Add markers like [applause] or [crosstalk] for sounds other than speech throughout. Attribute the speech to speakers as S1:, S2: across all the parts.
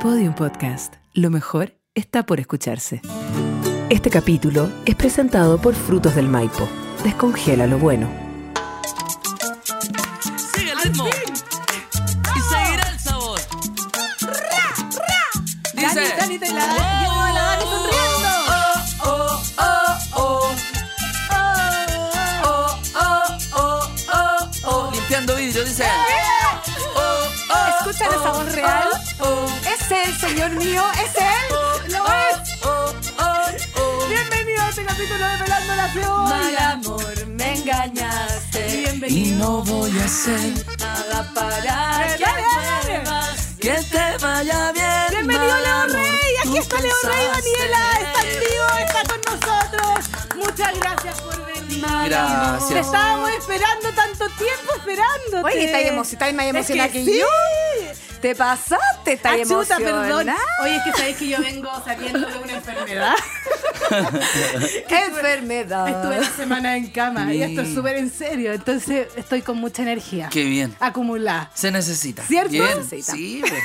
S1: Podium Podcast. Lo mejor está por escucharse.
S2: Este capítulo es presentado por Frutos del Maipo. Descongela lo bueno.
S3: Sigue el ritmo. Y seguirá el sabor. Dice.
S4: Dani, Dani, te la da- yo a la Dani sonriendo.
S3: Oh, oh, oh, oh, oh, oh, oh, oh. Limpiando vidrio, dice. Oh, oh,
S4: Escuchan esa voz real.
S3: oh,
S4: ¿Es él, señor mío? ¿Es él? ¡Lo
S3: oh,
S4: es!
S3: oh, oh, oh.
S4: Bienvenido a este capítulo de Pelando la
S3: Mal
S4: Cebolla.
S3: amor, me engañaste. Y
S4: Bienvenido.
S3: no voy a hacer nada para
S4: Dale,
S3: que
S4: dale, dale.
S3: vuelvas. Que te vaya bien.
S4: Bienvenido
S3: mal
S4: Leo
S3: amor,
S4: Rey. Aquí
S3: tú
S4: está Leo Rey,
S3: pensaste.
S4: Daniela. Está activo, está con nosotros. Muchas gracias por venir.
S3: Gracias.
S4: Te estábamos esperando tanto tiempo esperándote.
S5: Oye, estáis emo- estáis más emocionada
S4: es
S5: que,
S4: que,
S5: yo.
S4: sí.
S5: Te pasaste,
S4: Ah,
S5: estáis
S4: chuta, perdón.
S5: emocionada.
S4: [laughs] Oye, es que sabéis que yo vengo saliendo de una
S5: [laughs]
S4: enfermedad.
S5: Enfermedad.
S4: Estuve la semana en cama y esto es súper en serio. Entonces estoy con mucha energía.
S3: Qué bien.
S4: Acumulada.
S3: Se necesita.
S4: ¿Cierto?
S3: Bien.
S5: Necesita.
S3: Sí, pues.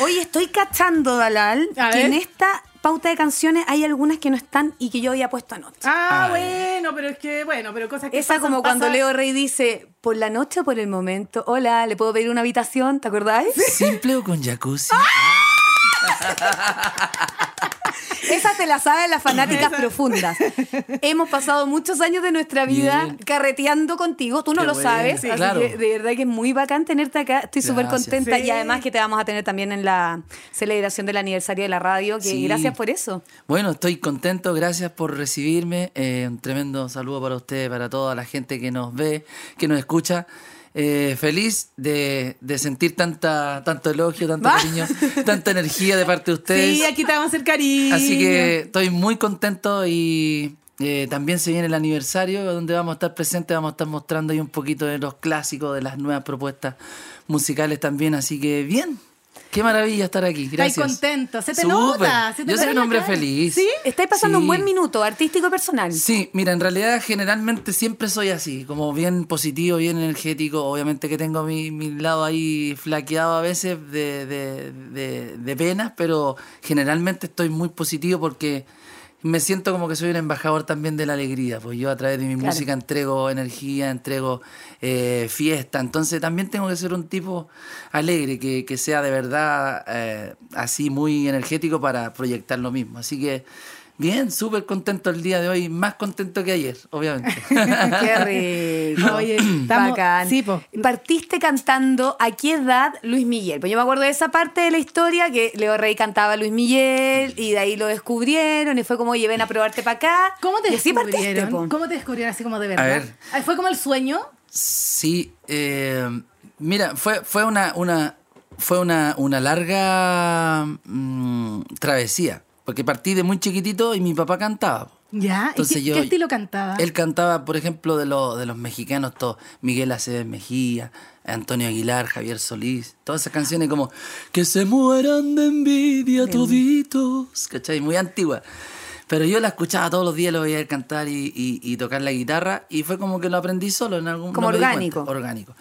S4: [laughs]
S5: Oye, estoy cachando, Dalal,
S4: A
S5: que
S4: ver.
S5: en esta pauta de canciones hay algunas que no están y que yo había puesto anoche.
S3: Ay.
S4: Ah, bueno, pero es que, bueno, pero cosas Ah, que.
S5: Esa
S4: pasan,
S5: como cuando
S4: pasan.
S5: Leo Rey dice, por la noche o por el momento, hola, ¿le puedo pedir una habitación? ¿Te acordáis?
S3: Simple o con jacuzzi.
S4: ¡Ah!
S5: Esa te la saben las fanáticas profundas. Hemos pasado muchos años de nuestra vida
S3: Bien.
S5: carreteando contigo. Tú no
S3: Qué
S5: lo
S3: bueno.
S5: sabes.
S3: Sí,
S5: así
S3: claro.
S5: que de verdad que es muy bacán tenerte acá. Estoy súper
S3: Gracias.
S5: contenta.
S4: Sí.
S5: Y además que te vamos a tener también en la celebración del aniversario de la radio. Que
S3: Sí.
S5: gracias por eso.
S3: Bueno, estoy contento, gracias por recibirme. Eh, un tremendo saludo para ustedes, para toda la gente que nos ve, que nos escucha. Eh, feliz de, de sentir tanta, tanto elogio,
S4: [laughs]
S3: tanto
S5: Va.
S3: cariño, tanta energía de parte de ustedes.
S4: Sí, aquí te vamos a hacer cariño.
S3: Así que estoy muy contento y eh, también se viene el aniversario donde vamos a estar presentes, vamos a estar mostrando ahí un poquito de los clásicos, de las nuevas propuestas musicales también. Así que bien, qué maravilla estar aquí. Gracias.
S4: Estás contento. Se te
S3: Súper.
S4: nota. Se te
S3: Yo
S4: nota
S3: soy
S4: en
S3: un
S4: la
S3: hombre
S4: cara.
S3: feliz.
S4: Sí.
S5: Estáis pasando
S3: Sí.
S5: un buen minuto artístico y personal.
S3: Sí, mira, en realidad generalmente siempre soy así, como bien positivo, bien energético. Obviamente que tengo mi, mi lado ahí flaqueado a veces de, de- de- de penas, pero generalmente estoy muy positivo porque me siento como que soy un embajador también de la alegría. Pues yo a través de mi
S5: Claro.
S3: música entrego energía, entrego eh, fiesta. Entonces también tengo que ser un tipo alegre, que, que sea de verdad eh, así muy energético para proyectar lo mismo. Así que. Bien, súper contento el día de hoy, más contento que ayer, obviamente.
S5: [laughs] Qué rico.
S4: Oye, estamos-
S5: Bacán.
S4: sí, po.
S5: Partiste cantando a qué edad Luis Miguel. Pues yo me acuerdo de esa parte de la historia que Leo Rey cantaba a Luis Miguel y de ahí lo descubrieron y fue como lleven a probarte para acá.
S4: ¿Cómo te
S5: y así
S4: descubrieron?
S5: partiste, po.
S4: ¿Cómo te descubrieron así como de verdad?
S3: ver.
S4: Ah, ¿Fue como el sueño?
S3: Sí, eh, mira, fue, fue una, una, fue una, una larga mm, travesía, porque partí de muy chiquitito y mi papá cantaba.
S4: Ya. ¿Y
S3: Entonces
S4: qué,
S3: yo-
S4: qué estilo cantaba?
S3: Él cantaba, por ejemplo, de, lo- de los mexicanos, todo, Miguel Aceves Mejía, Antonio Aguilar, Javier Solís, todas esas canciones como Que se mueran de envidia toditos, ¿cachai? Muy antigua. Pero yo la escuchaba todos los días, lo veía él cantar y, y- y tocar la guitarra y fue como que lo aprendí solo en algún
S5: Como
S3: me di
S5: orgánico.
S3: cuenta, orgánico.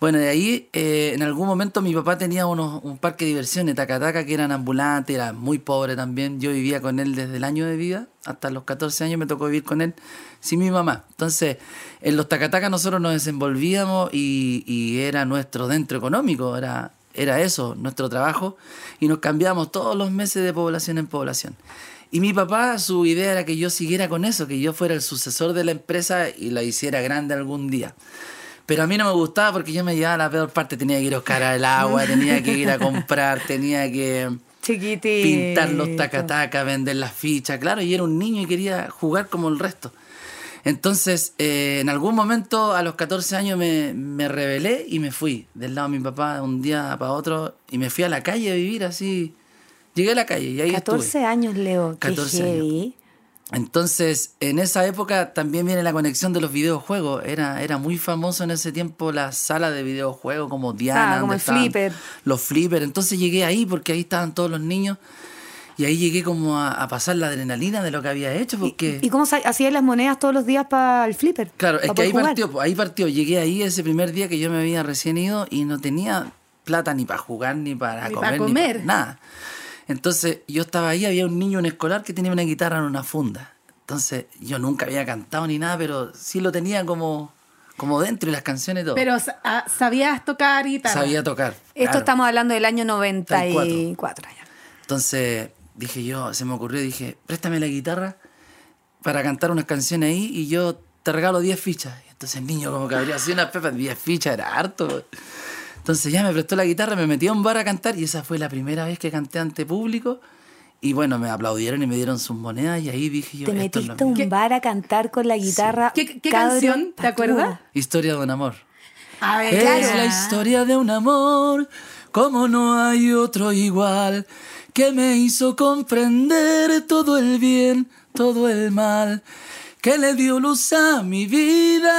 S3: Bueno, de ahí eh, en algún momento mi papá tenía unos, un parque de diversiones, Tacataca, que eran ambulantes, era muy pobre también. Yo vivía con él desde el año de vida, hasta los 14 años me tocó vivir con él sin mi mamá. Entonces, en los Tacataca nosotros nos desenvolvíamos y, y era nuestro dentro económico, era, era eso, nuestro trabajo. Y nos cambiábamos todos los meses de población en población. Y mi papá, su idea era que yo siguiera con eso, que yo fuera el sucesor de la empresa y la hiciera grande algún día. Pero a mí no me gustaba porque yo me llevaba la peor parte. Tenía que ir a buscar el agua, tenía que ir a comprar, tenía que
S5: Chiquitito.
S3: pintar los tacatacas, vender las fichas. Claro, y era un niño y quería jugar como el resto. Entonces, eh, en algún momento, a los 14 años, me, me rebelé y me fui del lado de mi papá de un día para otro y me fui a la calle a vivir así. Llegué a la calle y ahí estuve.
S5: 14 años, Leo.
S3: 14
S5: qué
S3: años.
S5: heavy.
S3: Entonces, en esa época también viene la conexión de los videojuegos. Era, era muy famoso en ese tiempo la sala de videojuegos como Diana.
S5: Ah, como
S3: donde
S5: el
S3: estaban
S5: flipper.
S3: Los flippers. Entonces llegué ahí porque ahí estaban todos los niños. Y ahí llegué como a, a pasar la adrenalina de lo que había hecho.
S5: ¿Y,
S3: Porque,
S5: y cómo sa- hacías las monedas todos los días para el flipper?
S3: claro,
S5: Pa
S3: es que
S5: poder
S3: ahí
S5: jugar.
S3: partió, po, ahí partió. Llegué ahí ese primer día que yo me había recién ido y no tenía plata ni para jugar, ni para
S4: Ni pa'
S3: comer, ni
S4: comer.
S3: pa' nada. Entonces yo estaba ahí, había un niño, un escolar que tenía una guitarra en una funda. Entonces yo nunca había cantado ni nada, pero sí lo tenía como, como dentro y las canciones y todo.
S4: Pero sa- ah, sabías tocar guitarra.
S3: Sabía tocar.
S5: Esto
S3: claro.
S5: estamos hablando del año 94. ya.
S3: Entonces dije yo, se me ocurrió, dije, préstame la guitarra para cantar unas canciones ahí y yo te regalo 10 fichas. Y entonces el niño como que abrió así unas pepas, 10 fichas, era harto. Entonces ya me prestó la guitarra, me metí a un bar a cantar y esa fue la primera vez que canté ante público. Y bueno, me aplaudieron y me dieron sus monedas y ahí dije yo,
S5: Te
S3: esto es lo
S5: metiste a un
S3: mío.
S5: bar a cantar con la guitarra.
S4: ¿Qué- qué
S5: cabro
S4: canción? ¿Te
S5: patudo.
S4: acuerdas?
S3: Historia de un amor.
S4: A ver,
S3: Es la historia de un amor, como no hay otro igual, que me hizo comprender todo el bien, todo el mal, que le dio luz a mi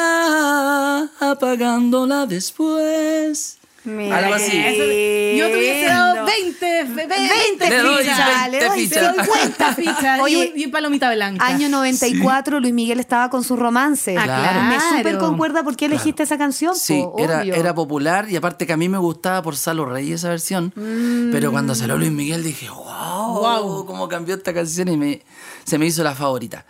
S3: vida, apagándola después.
S5: Mira
S3: Algo
S5: qué
S3: así.
S4: Eso- Yo te hubiese dado
S5: lindo.
S4: 20, ve-
S5: 20
S3: Le doy
S5: fichas.
S3: 20
S5: le doy
S3: fichas.
S4: 50 fichas y
S5: Oye,
S4: un- y, un palomita blanca.
S5: Año 94, Luis Miguel estaba con su romance.
S4: Ah, Claro.
S5: Me súper
S4: claro.
S5: concuerda por qué elegiste esa canción.
S3: Sí,
S5: po,
S3: era,
S5: obvio.
S3: era popular y aparte que a mí me gustaba por Salo Reyes esa versión,
S5: Mm.
S3: pero cuando salió Luis Miguel dije, wow, cómo cambió esta canción y me, se me hizo la favorita.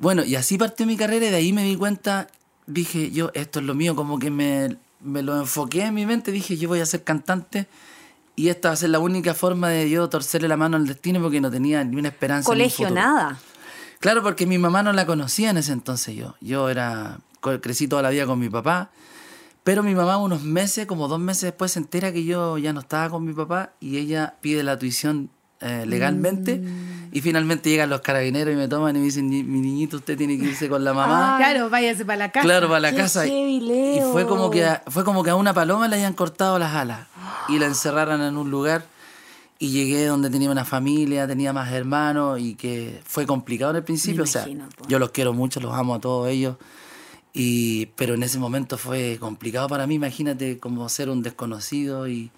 S3: Bueno, y así partió mi carrera y de ahí me di cuenta, dije yo, esto es lo mío, como que me, me lo enfoqué en mi mente, dije yo voy a ser cantante y esta va a ser la única forma de yo torcerle la mano al destino porque no tenía ni una esperanza. en un
S5: Colegio,
S3: futuro.
S5: nada.
S3: Claro, porque mi mamá no la conocía en ese entonces yo. Yo era co- crecí toda la vida con mi papá, pero mi mamá unos meses, como dos meses después, se entera que yo ya no estaba con mi papá y ella pide la tuición eh, legalmente y finalmente llegan los carabineros y me toman y me dicen, "Ni- mi niñito, usted tiene que irse con la mamá.
S4: Claro, váyase para la casa.
S3: Claro, para la
S5: qué
S3: casa. Y-
S5: heavy,
S3: Y
S5: Leo.
S3: fue como que a, fue como que a una paloma le hayan cortado las alas y la encerraran en un lugar y llegué donde tenía una familia, tenía más hermanos y que fue complicado en el principio, o sea,
S5: imagino, po.
S3: yo los quiero mucho, los amo a todos ellos. Y pero en ese momento fue complicado para mí, imagínate como ser un desconocido y,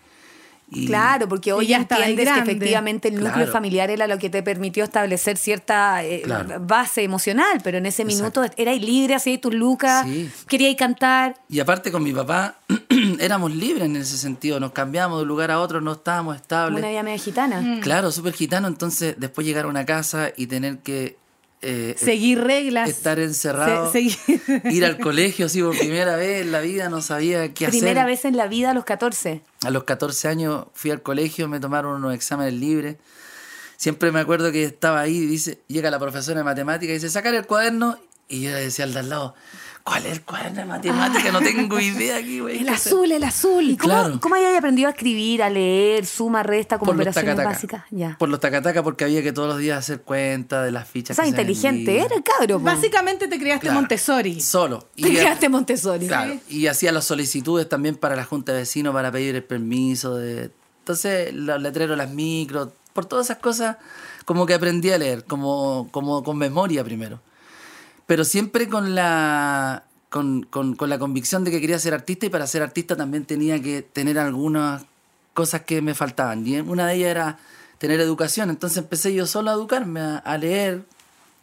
S3: y-
S5: Claro, porque hoy
S4: ya
S5: ya
S4: estaba ahí
S5: entiendes que
S4: grande.
S5: efectivamente el núcleo
S3: Claro.
S5: familiar era lo que te permitió establecer cierta eh,
S3: Claro.
S5: base emocional, pero en ese
S3: Exacto.
S5: minuto erais libre, hacíais tus lucas,
S3: Sí.
S5: queríais cantar.
S3: Y aparte con mi papá [clears throat] éramos libres en ese sentido, nos cambiamos de un lugar a otro, no estábamos
S5: como
S3: estables.
S5: Una vida media gitana.
S3: Claro, súper gitano. Entonces, después llegar a una casa y tener que eh,
S4: Seguir reglas.
S3: estar encerrado,
S4: Se- seguir-
S3: [laughs] ir
S5: [laughs]
S3: al colegio, así por primera vez en la vida, no sabía qué
S5: Primera
S3: hacer.
S5: vez en la vida a los 14.
S3: A los 14 años fui al colegio, me tomaron unos exámenes libres. Siempre me acuerdo que estaba ahí, dice, llega la profesora de matemáticas y dice, sacar el cuaderno. Y yo le decía al de al lado, ¿cuál es el cuaderno de matemáticas?
S5: Ah.
S3: No tengo idea aquí, güey.
S5: El
S3: ¿qué hacer?".
S5: azul, el azul. ¿Y cómo,
S3: Claro.
S5: cómo habías aprendido a escribir, a leer, suma, resta, como
S3: Por los
S5: operaciones
S3: tacataca.
S5: básicas? Ya.
S3: Por los tacataca, porque había que todos los días hacer cuenta de las fichas.
S5: o sea,
S3: que se
S5: inteligente,
S3: vendían.
S5: era el cabro. po.
S4: Básicamente te creaste
S3: Claro.
S4: Montessori.
S3: Solo.
S5: Te creaste Montessori.
S3: Claro, y hacía las solicitudes también para la Junta de Vecinos para pedir el permiso. De... Entonces, los letreros, las micros, por todas esas cosas, como que aprendí a leer, como, como con memoria primero. Pero siempre con la, con, con- con la convicción de que quería ser artista y para ser artista también tenía que tener algunas cosas que me faltaban. Y una de ellas era tener educación. Entonces empecé yo solo a educarme, a, a leer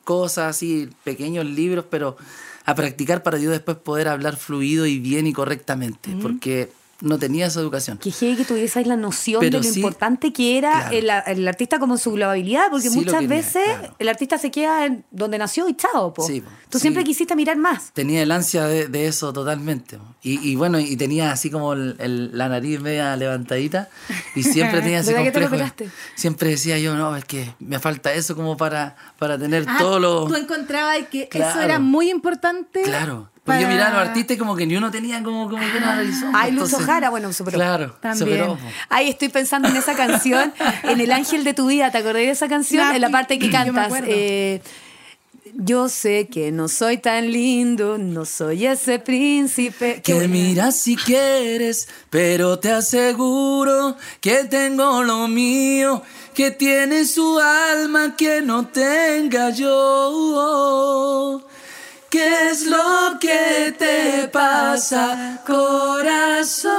S3: cosas así, pequeños libros, pero a practicar para yo después poder hablar fluido y bien y correctamente, porque no tenía esa educación.
S5: Que heavy que tuvieseis la noción
S3: Pero
S5: de lo
S3: sí,
S5: importante que era
S3: claro.
S5: el, el artista como en su globabilidad, porque
S3: Sí lo
S5: muchas
S3: quería,
S5: veces
S3: claro.
S5: el artista se queda en donde nació y chao, po.
S3: Sí, po.
S5: Tú
S3: Sí.
S5: siempre quisiste mirar más.
S3: Tenía el ansia de, de eso totalmente. po. Y, y bueno, y tenía así como el- el- la nariz media levantadita y siempre tenía ese
S5: ¿Verdad que te lo
S3: complejo. de-
S5: operaste?
S3: siempre decía yo, no, es que me falta eso como para, para tener
S4: Ah,
S3: todo lo...
S4: Tú encontrabas que eso
S3: Claro.
S4: era muy importante.
S3: Claro.
S4: para-
S3: Porque yo miraba a los artistas y como que ni uno tenía como, como que una horizonte.
S5: Ay, Lucho
S3: entonces-
S5: Jara, bueno, superó.
S3: Claro,
S4: También.
S3: superó. po.
S5: [laughs] Ay, estoy pensando en esa canción, en El Ángel de tu Vida. ¿Te acordás de esa canción?
S4: Ya,
S5: en la parte que
S4: yo me
S5: cantas.
S4: acuerdo.
S5: eh, yo sé que no soy tan lindo, no soy ese príncipe. Qué
S3: Que
S5: buena.
S3: miras si quieres, pero te aseguro que tengo lo mío, que tiene su alma que no tenga yo. ¿Qué es lo que te pasa, corazón?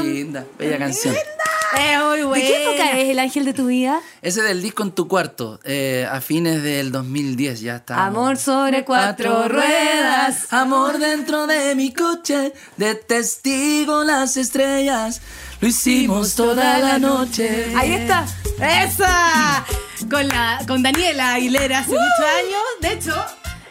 S3: Qué linda, bella canción.
S5: Es muy
S6: ¿De
S5: buena.
S6: qué época es el ángel de tu vida?
S3: Ese del disco en tu cuarto, eh, a fines del 2010, ya está.
S5: Amor sobre cuatro ruedas.
S3: Amor dentro de mi coche, de testigo las estrellas. Lo hicimos toda la noche.
S5: Ahí está.
S4: ¡Esa! Con, la, con Daniela Aguilera hace muchos años. De hecho,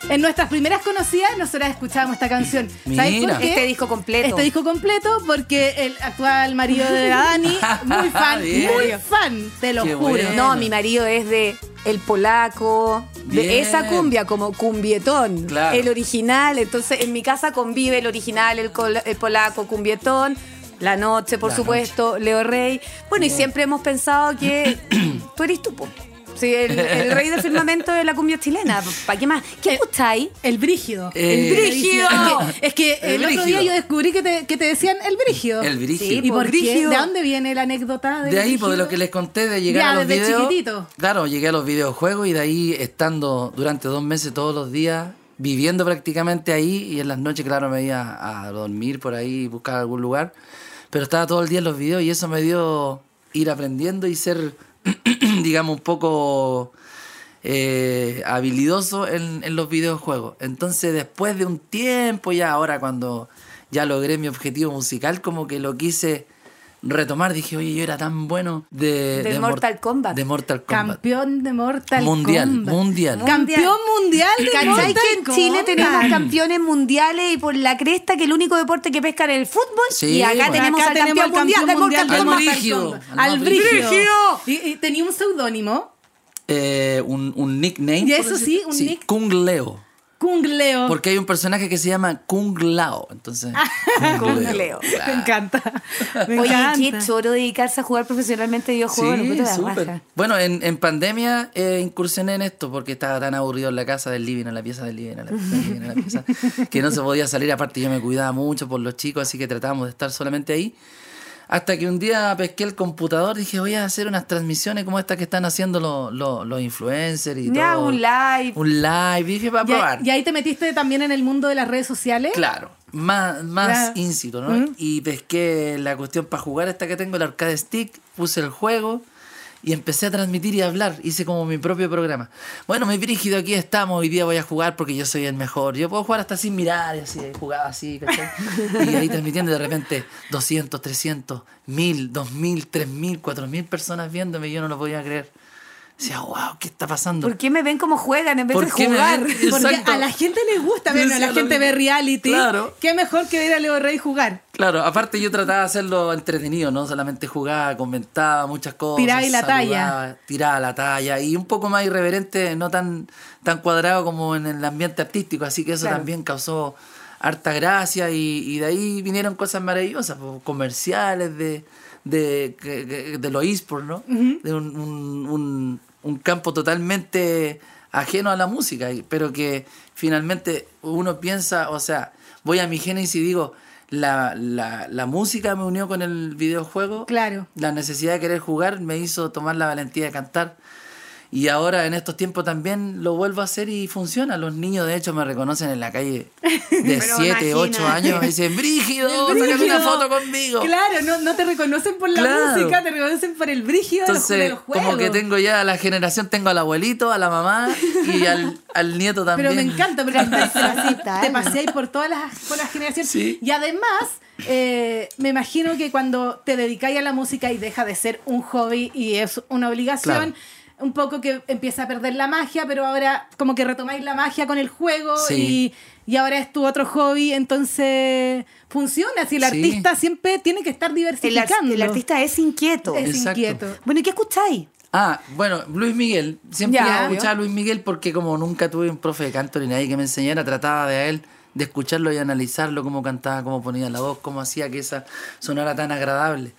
S4: en nuestras primeras conocidas, nosotras escuchábamos esta canción. ¿Sabes por
S3: Mira.
S4: qué?
S5: Este disco completo.
S4: Este disco completo porque el actual marido de
S3: [laughs]
S4: la Dani, muy fan,
S3: Bien.
S4: muy fan, te lo
S3: Qué
S4: juro.
S3: bueno.
S5: No, mi marido es de El Polaco, de
S3: Bien.
S5: esa cumbia, como cumbietón.
S3: Claro.
S5: El original. Entonces, en mi casa convive el original, el, col- el polaco, cumbietón. La noche, por
S3: La
S5: supuesto, Leo Rey. Bueno, y siempre hemos pensado
S3: [clears throat]
S5: que tú eres tupo. Sí, el, el rey del firmamento de la cumbia chilena. ¿Para qué más? ¿Qué escucháis?
S4: El brígido.
S3: Eh,
S4: el brígido. Es que, es que
S3: El
S4: el, otro
S3: brígido.
S4: día yo descubrí que te, que te decían el brígido.
S3: El brígido.
S5: Sí,
S4: ¿Y por
S5: brígido.
S4: qué? ¿De dónde viene la anécdota del
S3: De ahí, por
S4: brígido?
S3: lo que les conté de llegar
S4: Ya,
S3: a los
S4: desde
S3: videos.
S4: chiquitito.
S3: Claro, llegué a los videojuegos y de ahí estando durante dos meses todos los días, viviendo prácticamente ahí y en las noches, claro, me iba a dormir por ahí, buscar algún lugar. Pero estaba todo el día en los videos y eso me dio ir aprendiendo y ser, [clears throat] digamos, un poco eh, habilidoso en, en los videojuegos. Entonces, después de un tiempo, ya ahora cuando ya logré mi objetivo musical, como que lo quise retomar. Dije, oye, yo era tan bueno de,
S5: Del
S3: Mor-
S5: Mortal Kombat.
S3: De Mortal Kombat.
S4: Campeón de Mortal
S3: mundial,
S4: Kombat.
S3: mundial.
S4: Campeón mundial de
S5: ¿Cachai
S4: Mortal
S5: que en Chile
S4: Kombat?
S5: tenemos campeones mundiales y por la cresta que el único deporte que pescan es el fútbol?
S3: Sí,
S5: y acá
S3: bueno.
S5: tenemos
S4: Acá
S5: al campeón,
S4: tenemos
S5: mundial, del Mortal
S3: del
S5: Kombat.
S3: Mortal brígido,
S4: Kombat.
S3: al
S4: Al
S3: brígido.
S4: brígido. Y, y tenía un seudónimo,
S3: Eh, un, un nickname.
S4: Y
S3: por
S4: eso
S3: decir-
S4: sí, un nick-
S3: Kung Leo.
S4: Kung
S5: Oh.
S4: Leo.
S3: Porque hay un personaje que se llama Kung Lao. Entonces,
S5: Ah,
S3: [laughs]
S5: Kung Leo.
S4: [laughs] Me encanta. Me
S5: Oye,
S4: encanta.
S5: qué choro dedicarse a jugar profesionalmente videojuegos.
S3: Sí,
S5: no, puta la
S3: súper.
S5: raja.
S3: Bueno, en, en pandemia eh, incursioné en esto porque estaba tan aburrido en la casa del living, en la pieza del living, en la pieza del living, en la
S5: [laughs]
S3: pieza, que no se podía salir. Aparte, yo me cuidaba mucho por los chicos, así que tratábamos de estar solamente ahí. Hasta que un día pesqué el computador y dije, voy a hacer unas transmisiones como estas que están haciendo los, los- los influencers y
S5: Ya,
S3: todo.
S5: un live.
S3: Un live. Y dije, para
S4: Y, ahí-
S3: probar.
S4: y ahí te metiste también en el mundo de las redes sociales.
S3: Claro, más, más
S4: Ya.
S3: íncito, ¿no? Y pesqué la cuestión para jugar esta que tengo, el arcade stick, puse el juego y empecé a transmitir y a hablar. Hice como mi propio programa. Bueno, mi brígido, aquí estamos, hoy día voy a jugar porque yo soy el mejor. Yo puedo jugar hasta sin mirar, y así, jugaba así, ¿cachai? Y ahí transmitiendo y de repente 200, 300, 1000, 2000, 3000, 4000 personas viéndome, yo no lo podía creer. Decía, wow, ¿qué está pasando?
S5: ¿Por qué me ven cómo juegan en vez
S3: ¿Por
S5: de
S3: qué me
S5: jugar?
S3: ven?
S4: Porque
S3: Exacto.
S4: a la gente le gusta,
S3: Yo
S4: bueno,
S3: decía
S4: la
S3: lo
S4: gente
S3: mismo.
S4: ve reality.
S3: Claro.
S4: Qué mejor que ver a Leo Rey jugar.
S3: Claro, aparte yo trataba de hacerlo entretenido, no solamente jugaba, comentaba muchas cosas.
S4: Tiraba y la
S3: saludaba, Tiraba la talla y un poco más irreverente, no tan, tan cuadrado como en el ambiente artístico, así que eso también causó harta gracia y, y de ahí vinieron cosas maravillosas, pues, comerciales de, de, que- que- de los esports, ¿no? De un, un- un- un campo totalmente ajeno a la música, y- pero que finalmente uno piensa, o sea, voy a mi génesis y digo, la, la, la música me unió con el videojuego.
S4: Claro.
S3: La necesidad de querer jugar me hizo tomar la valentía de cantar. Y ahora en estos tiempos también lo vuelvo a hacer y funciona. Los niños de hecho me reconocen en la
S4: [laughs]
S3: calle de 7, 8 años. Me dicen, Brígido, sácame una
S4: Brígido.
S3: foto conmigo.
S4: Claro, no, no te reconocen por la
S3: Claro.
S4: música, te reconocen por el brígido de los- de
S3: Entonces,
S4: los juegos.
S3: como que tengo ya la generación, tengo al abuelito, a la mamá y al, al nieto también. ¿eh?
S4: Pero me encanta
S3: [laughs]
S4: porque te, te paseáis por todas las, por las generaciones.
S3: Sí.
S4: Y además, eh, me imagino que cuando te dedicáis a la música y deja de ser un hobby y es una obligación,
S3: Claro.
S4: un poco que empieza a perder la magia, pero ahora como que retomáis la magia con el juego
S3: Sí.
S4: y, y ahora es tu otro hobby, entonces funciona. Si el
S3: Sí.
S4: artista siempre tiene que estar
S5: El, ar-
S4: diversificando.
S5: el artista es inquieto.
S4: es
S3: Exacto.
S4: inquieto.
S5: Bueno, ¿y qué escucháis?
S3: Ah, bueno, Luis Miguel. Siempre
S5: Ya,
S3: escuchaba a Luis Miguel porque como nunca tuve un profe de canto ni nadie que me enseñara, trataba de a él de escucharlo y analizarlo, cómo cantaba, cómo ponía la voz, cómo hacía que esa sonara tan agradable.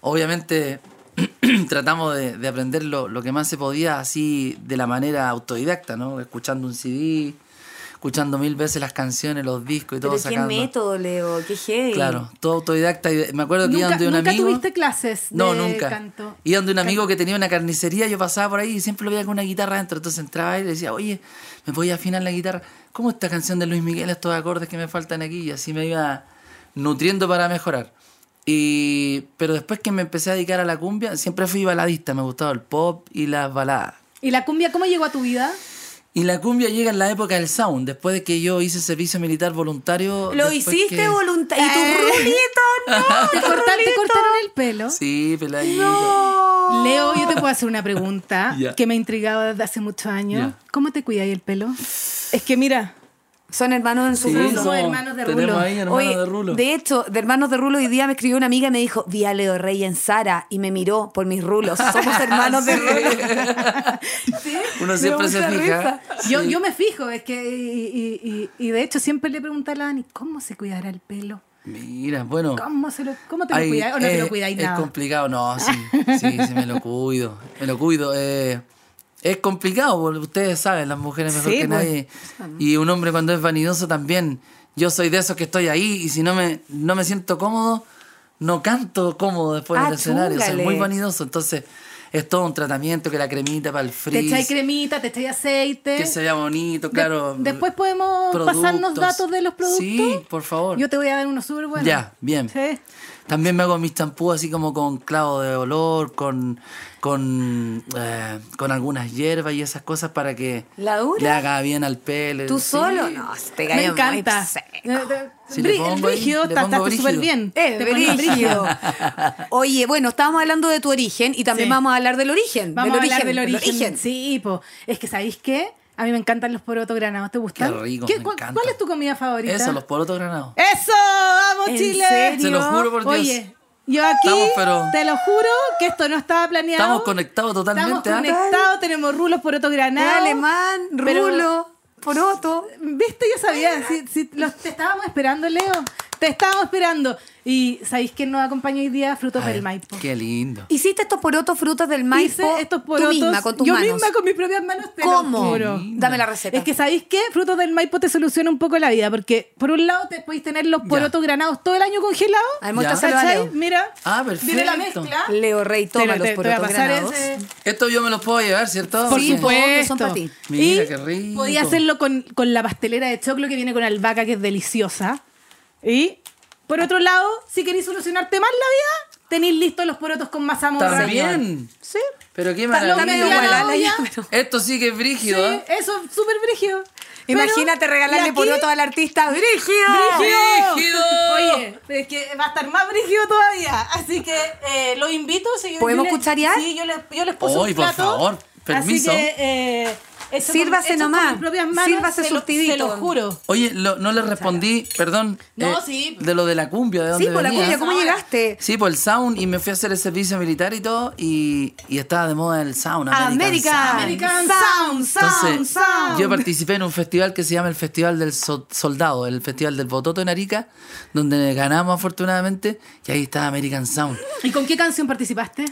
S3: Obviamente [clears throat] tratamos de, de aprender lo, lo que más se podía así de la manera autodidacta, ¿no? Escuchando un CD, escuchando mil veces las canciones, los discos y todo
S5: Pero qué
S3: sacando.
S5: método, Leo, qué heavy.
S3: Claro, todo autodidacta. Y me acuerdo que iba
S4: Nunca,
S3: donde un
S4: nunca
S3: amigo.
S4: tuviste clases de
S3: No, nunca.
S4: canto.
S3: Iba donde un amigo que tenía una carnicería, yo pasaba por ahí y siempre lo veía con una guitarra adentro. Entonces entraba y le decía, oye, ¿me voy a afinar la guitarra? ¿Cómo esta canción de Luis Miguel, estos acordes que me faltan aquí? Y así me iba nutriendo para mejorar. Y, pero después que me empecé a dedicar a la cumbia, siempre fui baladista, me gustaba el pop y las baladas.
S4: ¿Y la cumbia cómo llegó a tu vida?
S3: Y la cumbia llega en la época del sound, después de que yo hice servicio militar voluntario.
S5: Lo
S3: después
S5: hiciste
S3: que-
S5: voluntario. Y
S4: Eh.
S5: tu rulito,
S3: [laughs]
S5: no.
S4: ¿Te,
S5: tu
S4: corta- te
S5: rulito.
S4: cortaron el pelo?
S3: Sí, peladito.
S4: Leo, yo te puedo hacer una pregunta
S3: Oh. [laughs] Ya.
S4: que me intrigaba desde hace muchos años.
S3: Ya.
S4: ¿Cómo te cuidáis el pelo? Es que mira,
S5: Son hermanos en su
S3: Sí,
S5: grupo.
S4: somos
S3: somos-
S4: hermanos de
S3: tenemos
S4: rulo.
S3: ahí hermanos
S5: Oye,
S3: de rulo.
S5: de hecho, de hermanos de rulo, hoy día me escribió una amiga y me dijo, vi a Leo Rey en Sara y me miró por mis rulos. Somos hermanos
S3: [laughs]
S5: de rulo.
S3: Ah, Uno
S5: Me
S3: siempre
S5: da
S3: se
S5: mucha
S3: fija.
S4: [laughs] yo,
S3: Sí.
S4: yo me fijo, es que. Y, y- y- y de hecho, siempre le pregunté a la Dani, ¿cómo se cuidará el pelo?
S3: Mira, bueno.
S4: ¿Cómo, se lo, cómo te lo
S3: ahí
S4: cuidáis? ¿O no te
S3: es-
S4: lo cuidáis
S3: Es
S4: nada?
S3: complicado, no, sí, sí, sí,
S4: [laughs]
S3: me lo cuido, me lo cuido. eh, es complicado, porque ustedes saben, las mujeres mejor
S4: Sí,
S3: que
S4: pues.
S3: nadie. Y un hombre cuando es vanidoso también. Yo soy de esos que estoy ahí y si no me, no me siento cómodo, no canto cómodo después
S5: Ah,
S3: del escenario. Soy
S5: chúngale.
S3: muy vanidoso, entonces es todo un tratamiento que la cremita para el
S4: Te echáis
S3: frizz,
S4: cremita, te echáis aceite.
S3: que se vea bonito,
S4: De-
S3: claro.
S4: después podemos pasarnos
S3: productos.
S4: datos de los productos.
S3: Sí, por favor.
S4: Yo te voy a dar unos súper buenos.
S3: Ya, bien.
S4: Sí.
S3: También me hago mis champús así como con clavo de olor, con con, eh, con algunas hierbas y esas cosas para que
S5: ¿La dura?
S3: le haga bien al pelo.
S5: ¿Tú
S3: Sí.
S5: solo? No, se te
S4: Me
S5: cayó muy
S4: encanta.
S5: seco.
S3: Si le
S4: Bri- El
S3: pongo ahí,
S4: brígido,
S3: le pongo
S4: está súper
S3: brígido.
S4: bien.
S5: Eh,
S4: Te ponía
S5: brígido. Oye, bueno, estábamos hablando de tu origen y también
S4: Sí.
S5: vamos a hablar del origen.
S4: Vamos
S5: del
S4: a hablar
S5: origen,
S4: del origen. Sí, po. Es que, ¿sabéis qué? A mí me encantan los porotos granados. ¿Te gustan?
S3: Qué rico, me
S4: cu-
S3: encanta.
S4: ¿Cuál es tu comida favorita?
S3: Eso, los porotos granados.
S4: ¡Eso! ¡Vamos,
S5: ¿En
S4: Chile!
S5: serio?
S3: Se lo juro por Dios.
S4: Oye, yo aquí
S3: Estamos, pero-
S4: te lo juro que esto no estaba planeado.
S3: Estamos conectados
S4: Estamos
S3: totalmente. ¿ah?
S4: conectados, tenemos rulos porotos granados.
S5: Alemán,
S4: Pero-
S5: rulo, poroto.
S4: Viste, yo sabía, si, si los, te estábamos esperando, Leo. Te estábamos esperando. Y sabéis que nos acompaña hoy día Frutos
S3: Ay,
S4: del Maipo.
S3: Qué lindo.
S5: Hiciste estos porotos frutos del maíz
S4: Hice estos porotos
S5: tú misma con tus
S4: yo
S5: manos.
S4: misma con mis propias manos te lo
S5: ¿Cómo?
S4: juro.
S5: Dame la receta.
S4: Es que sabéis qué, frutos del Maipo te soluciona un poco la vida, porque por un lado te podéis tener los porotos granados todo el año congelados.
S5: A ver,
S3: Ya.
S5: muéstraselo a
S4: ¿Cachai?
S5: Leo.
S4: Mira.
S3: Ah, perfecto.
S4: Viene la mezcla.
S5: Leo Rey
S4: Te
S5: toma
S4: lo-
S5: los
S4: te- te voy a
S5: porotos
S4: pasar
S5: granados.
S4: ese-
S3: Esto yo me los puedo llevar, ¿cierto?
S5: Por
S3: Sí.
S5: supuesto.
S4: supuesto.
S5: son para ti.
S3: Mira,
S4: Y
S3: qué rico.
S4: Podía hacerlo con, con la pastelera de choclo que viene con albahaca, que es deliciosa. Y por otro lado, si queréis solucionarte más la vida, tenéis listos los porotos con mazamorra.
S3: También.
S4: Sí.
S3: Pero qué
S5: Está- está medio
S3: maravilla.
S5: gualala ya,
S4: Sí.
S5: pero-
S3: Esto sí que es
S4: Sí,
S3: brígido. ¿ah?
S4: eso es súper brígido. [laughs] Pero-
S5: Imagínate regalarle
S4: y aquí-
S5: poroto al artista Brigio.
S4: ¡Brígido!
S3: ¡Brígido!
S4: Oye, es que va a estar más brígido todavía. Así que eh, los invito. Si
S5: ¿Podemos
S4: yo les-
S5: cucharear?
S4: Sí, yo les, yo les puse
S3: Oy,
S4: un
S3: por
S4: plato.
S3: favor, permiso.
S4: Así que... Eh, hecho con-
S5: Sírvase
S4: hecho con
S5: nomás.
S4: mis propias manos,
S5: Sírvase
S4: se lo-
S5: surtidito.
S4: Se lo juro.
S3: Oye, lo- no le respondí, perdón. eh,
S4: No, sí. pues,
S3: De lo de la cumbia, ¿de dónde
S5: Sí, por la
S3: venía?
S5: cumbia, ¿cómo
S4: Ahora.
S5: llegaste?
S3: Sí, por el sound y me fui a hacer el servicio militar y todo y, y estaba de moda el sound. American
S5: América.
S3: Sound.
S4: Ah, American
S5: Sound,
S4: Sound,
S3: Entonces,
S4: Sound, Sound.
S3: yo participé en un festival que se llama el Festival del So- Soldado, el Festival del Bototo en Arica, donde ganamos afortunadamente y ahí estaba American Sound.
S4: ¿Y con qué canción participaste?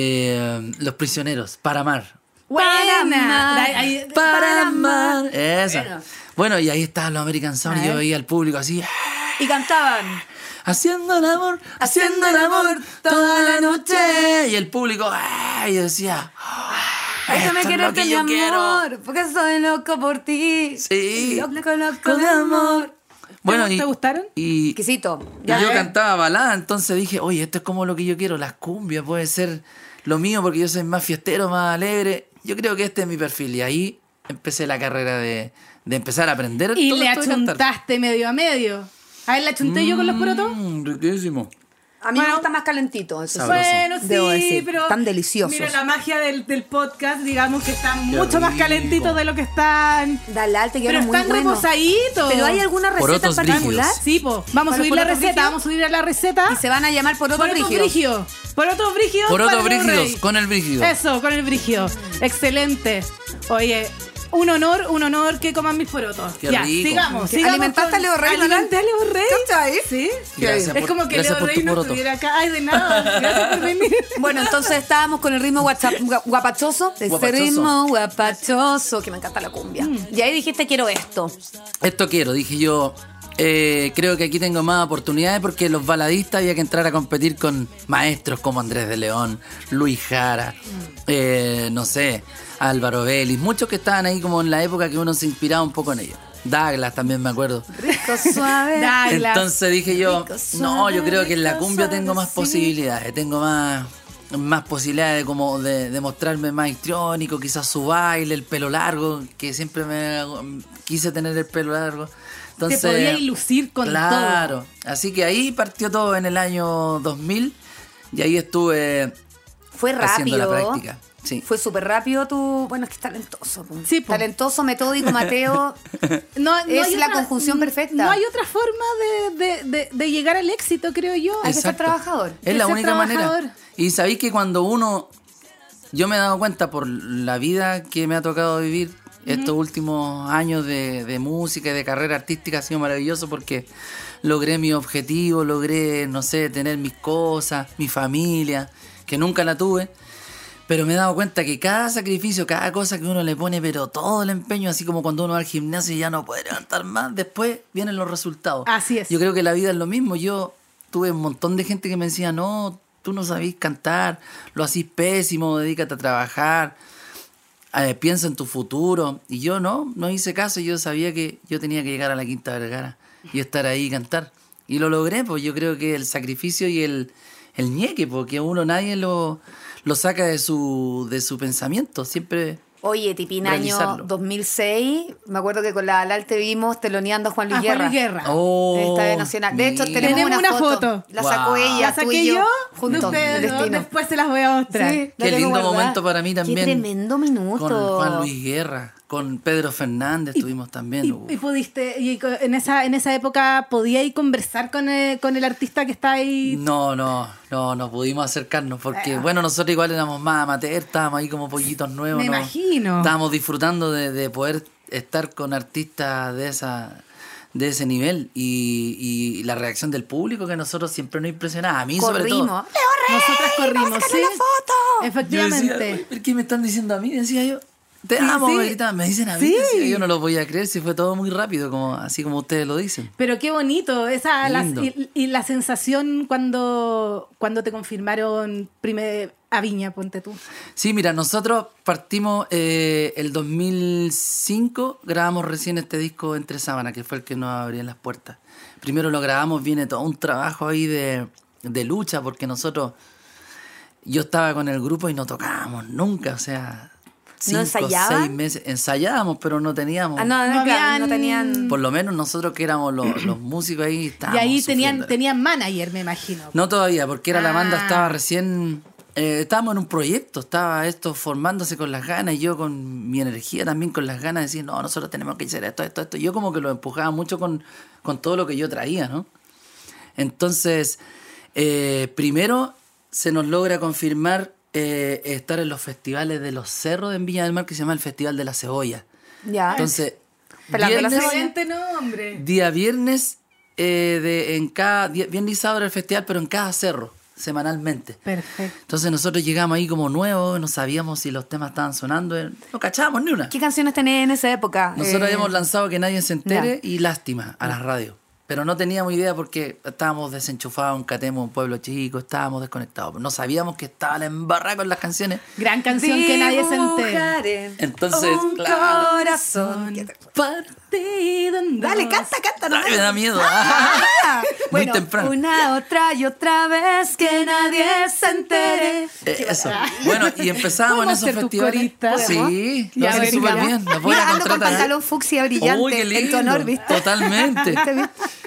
S3: Eh, Los prisioneros, para amar.
S5: Para amar.
S4: Da- ahí-
S3: Para amar. Esa. Bueno. y ahí estaban los American Sound y yo
S4: Ay.
S3: veía al público así.
S5: Y cantaban.
S3: Haciendo el amor, haciendo el amor toda la noche. Y el público, ¡ay! yo decía, "Ah,
S5: Eso me
S3: esto es
S5: quiero
S3: lo que
S5: que mi
S4: este
S3: yo
S5: amor,
S3: quiero.
S5: porque soy loco por ti.
S3: Sí.
S5: Loco, loco, loco de amor.
S3: Bueno,
S4: ¿Te-
S3: y,
S4: te gustaron?
S3: Y, y
S5: Exquisito.
S4: eh.
S3: yo cantaba balada, entonces dije, oye, esto es como lo que yo quiero. Las cumbias puede ser lo mío porque yo soy más fiestero, más alegre. Yo creo que este es mi perfil. Y ahí empecé la carrera de, de empezar a aprender.
S4: Y
S3: todo
S4: le
S3: esto de cantar.
S4: achuntaste medio a medio. A él le achunté yo con los porotos.
S3: Mm, riquísimo.
S5: A mí me gusta más calentito. eso sí.
S3: Sabroso.
S4: Bueno, sí,
S5: Debo decir,
S4: pero.
S5: tan deliciosos.
S4: Mira la magia del, del podcast, digamos que están
S3: Qué
S4: mucho más
S3: rico.
S4: calentitos de lo que están.
S5: Dale alta, que
S4: Pero
S5: ahora es muy
S4: están
S5: bueno.
S4: reposaditos.
S5: Pero hay alguna receta
S3: Porotos
S5: en particular.
S3: brígidos.
S4: Sí, po. Vamos a
S5: ¿Pero
S4: subir la
S5: porotos
S4: receta,
S5: brígidos?
S4: vamos a subir la receta.
S5: Y se van a llamar poroto
S4: Porotos
S5: brígido.
S4: brígidos. Porotos brígidos.
S3: Por
S4: para
S3: otro
S4: el rey.
S3: brígidos, con el brígido.
S4: Eso, con el brígido. Excelente. Oye, un honor, un honor que coman mis porotos.
S3: Qué
S4: ya,
S3: rico.
S4: sigamos,
S5: Que
S4: sigamos.
S5: alimentaste
S4: con-
S5: a Leo Rey, ¿no? eh?
S4: Alimenté a Leo Rey.
S5: ¿Cachai?
S4: Sí.
S3: Gracias
S4: es
S3: por-
S4: como que
S3: gracias
S4: Leo
S3: por
S4: Rey
S3: tu
S4: no
S3: poroto.
S4: estuviera acá. Ay, de nada. Gracias por venir.
S5: [laughs] Bueno, entonces estábamos con el ritmo WhatsApp, gua- guapachoso. Ese
S3: Guapachoso.
S5: ritmo guapachoso, que me encanta la cumbia.
S4: Mm.
S5: Y ahí dijiste, quiero esto.
S3: Esto quiero, dije yo. eh, creo que aquí tengo más oportunidades porque los baladistas había que entrar a competir con maestros como Andrés de León, Luis Jara, eh, no sé, Álvaro Vélez, muchos que estaban ahí como en la época que uno se inspiraba un poco en ellos. Douglas también me acuerdo.
S4: [laughs]
S5: Rico, suave.
S4: Douglas.
S3: Entonces dije yo,
S5: Rico, suave,
S3: no, yo creo que en la
S5: rico,
S3: cumbia tengo más
S5: suavecito".
S3: posibilidades, tengo más, más posibilidades de como de, de mostrarme más histriónico, quizás su baile, el pelo largo, que siempre me quise tener el pelo largo. Entonces,
S4: Te podías lucir con todo.
S3: Claro. Así que ahí partió todo en el año 2000 y ahí estuve
S5: Fue
S3: haciendo
S5: rápido.
S3: la práctica. Sí.
S5: Fue súper rápido tu. Bueno, es que es talentoso. po.
S4: Sí, po.
S3: [laughs]
S5: Talentoso, metódico, Mateo.
S4: No, no
S5: Es
S4: hay
S5: la conjunción perfecta.
S4: No hay otra forma de, de- de- de llegar al éxito, creo yo.
S5: Hay que ser
S3: Exacto.
S5: trabajador.
S3: Es la
S4: ser
S3: única manera.
S4: trabajador.
S3: Y sabéis que cuando uno. Yo me he dado cuenta por la vida que me ha tocado vivir. Estos últimos años de, de música y de carrera artística ha sido maravilloso porque logré mi objetivo, logré, no sé, tener mis cosas, mi familia, que nunca la tuve. Pero me he dado cuenta que cada sacrificio, cada cosa que uno le pone, pero todo el empeño, así como cuando uno va al gimnasio y ya no puede levantar más, después vienen los resultados.
S4: Así es.
S3: Yo creo que la vida es lo mismo. Yo tuve un montón de gente que me decía, no, tú no sabís cantar, lo hacís pésimo, dedícate a trabajar, eh, piensa en tu futuro. Y yo no, no hice caso, yo sabía que yo tenía que llegar a la Quinta Vergara y estar ahí y cantar. Y lo logré, pues yo creo que el sacrificio y el, el ñeque, porque uno nadie lo, lo saca de su, de su pensamiento, siempre...
S5: Oye, Tipín, año
S3: Realizarlo.
S5: 2006. Me acuerdo que con la Alal te vimos teloneando a Juan Luis
S4: A Ah, Juan
S5: Guerra.
S4: Luis Guerra.
S5: De
S3: Oh,
S5: Estadio Nacional. De hecho,
S3: mira.
S5: tenemos,
S4: Tenemos
S5: una,
S4: una
S5: foto.
S4: foto.
S5: La sacó
S3: Wow.
S5: ella.
S4: La
S5: tú y
S4: saqué yo, de
S5: juntos.
S4: ustedes
S5: el
S4: dos,
S5: destino.
S4: después se las voy a mostrar.
S5: Sí, la
S3: Qué
S5: tengo
S3: lindo
S5: guardada.
S3: momento para mí también.
S5: Qué tremendo minuto.
S3: Con Juan Luis Guerra, con Pedro Fernández tuvimos también. uh,
S4: Y,
S3: Uf.
S4: y pudiste, y co- en esa, en esa época podía ir conversar con el, con el artista que está ahí.
S3: No, no, no, no pudimos acercarnos porque, bueno, nosotros igual éramos más amateurs, estábamos ahí como pollitos nuevos.
S4: Ah. Me
S3: ¿no?
S4: imagino.
S3: Estábamos disfrutando de, de poder estar con artistas de esa de ese nivel y, y la reacción del público que a nosotros siempre nos impresionaba, a mí sobre todo.
S5: Corrimos.
S4: Nosotras corrimos, ¿sí?
S5: la foto!
S3: Yo decía,
S4: Efectivamente.
S3: "Uy, ¿qué me están diciendo a mí? Decía yo, te
S4: Sí,
S3: amo,
S4: sí.
S3: me gritaban, me dicen a mí.
S4: Sí.
S3: decía yo no lo podía creer, si fue todo muy rápido, como así como ustedes lo dicen.
S4: Pero qué bonito, esa la-
S3: Lindo.
S4: y, y la sensación cuando, cuando te confirmaron primer, a Viña, ponte tú.
S3: Sí, mira, nosotros partimos eh, el 2005, grabamos recién este disco Entre Sábana, que fue el que nos abrió las puertas. Primero lo grabamos, viene todo un trabajo ahí de, de lucha, porque nosotros, yo estaba con el grupo y no tocábamos nunca, o sea, cinco,
S5: ensayaban?
S3: seis meses, ensayábamos, pero no teníamos...
S5: Ah, no, no,
S4: No
S5: claro,
S4: habían-
S5: no tenían.
S3: Por lo menos nosotros que éramos los, los músicos ahí estábamos
S4: y ahí tenían,
S3: sufriendo.
S4: tenían manager, me imagino.
S3: No todavía, porque era la banda,
S4: Ah.
S3: estaba recién. eh, estábamos en un proyecto, estaba esto formándose con las ganas y yo con mi energía también, con las ganas de decir, no, nosotros tenemos que hacer esto, esto, esto. Yo como que lo empujaba mucho con, con todo lo que yo traía, ¿no? Entonces, eh, primero se nos logra confirmar eh, estar en los festivales de los cerros en Villa del Mar que se llama el Festival de la Cebolla.
S5: Ya.
S3: Entonces,
S5: Pelando la
S3: viernes-
S5: cebolla.
S4: Excelente nombre.
S3: Día viernes, eh, de, en cada, día- viernes y sábado era el festival, pero en cada cerro, semanalmente.
S4: Perfecto.
S3: Entonces nosotros llegamos ahí como nuevos, no sabíamos si los temas estaban sonando, eh, no cachábamos ni una.
S5: ¿Qué canciones tenés en esa época?
S3: Nosotros
S5: Eh,
S3: habíamos lanzado Que Nadie Se Entere y Lástima a las radios. Pero no teníamos idea porque estábamos desenchufados, un catemo, un pueblo chico, estábamos desconectados. No sabíamos que estaba la embarrada con las canciones.
S4: Gran canción que nadie se entera.
S5: Dibujaré
S3: Entonces,
S5: un
S3: claro.
S5: corazón.
S4: Partido en dos.
S5: Dale, canta, canta. no
S3: Ay, me da miedo.
S5: Ah,
S3: [laughs] Muy
S5: bueno,
S3: temprano.
S5: Una, otra y otra vez que nadie se entere.
S3: Eh, eso. [laughs] Bueno, y empezábamos en
S4: ¿Podemos
S3: esos
S4: ser tus
S3: festivales.
S4: coristas?
S3: Sí, lo
S4: Ya,
S3: hacen
S4: venga.
S3: súper bien. Nos voy
S5: Mira,
S3: a
S5: ando con
S3: contratar.
S5: pantalón fucsia brillante.
S3: Uy, qué
S5: En tu
S3: lindo.
S5: honor, ¿viste?
S3: Totalmente.
S5: ¿Viste, viste?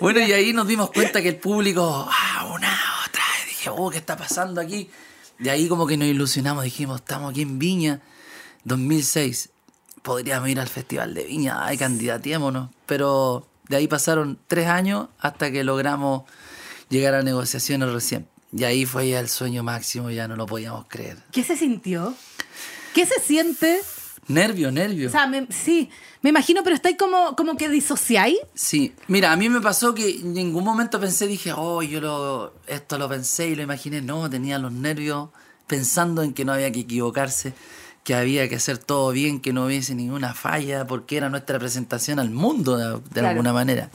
S3: Bueno, y ahí nos dimos cuenta que el público, ah, una, otra, y dije, oh, ¿qué está pasando aquí? De ahí como que nos ilusionamos, dijimos, estamos aquí en Viña, 2006, podríamos ir al Festival de Viña, ay, candidatémonos. Pero de ahí pasaron tres años hasta que logramos llegar a negociaciones recién. Y ahí fue ya el sueño máximo, ya no lo podíamos creer.
S4: ¿Qué se sintió? ¿Qué se siente?
S3: Nervio, nervio.
S4: O sea, me- sí, me imagino, pero estáis como, como que disociáis.
S3: Sí, mira, a mí me pasó que en ningún momento pensé, dije, oh, yo lo, esto lo pensé y lo imaginé. No, tenía los nervios pensando en que no había que equivocarse, que había que hacer todo bien, que no hubiese ninguna falla, porque era nuestra presentación al mundo de, de alguna manera.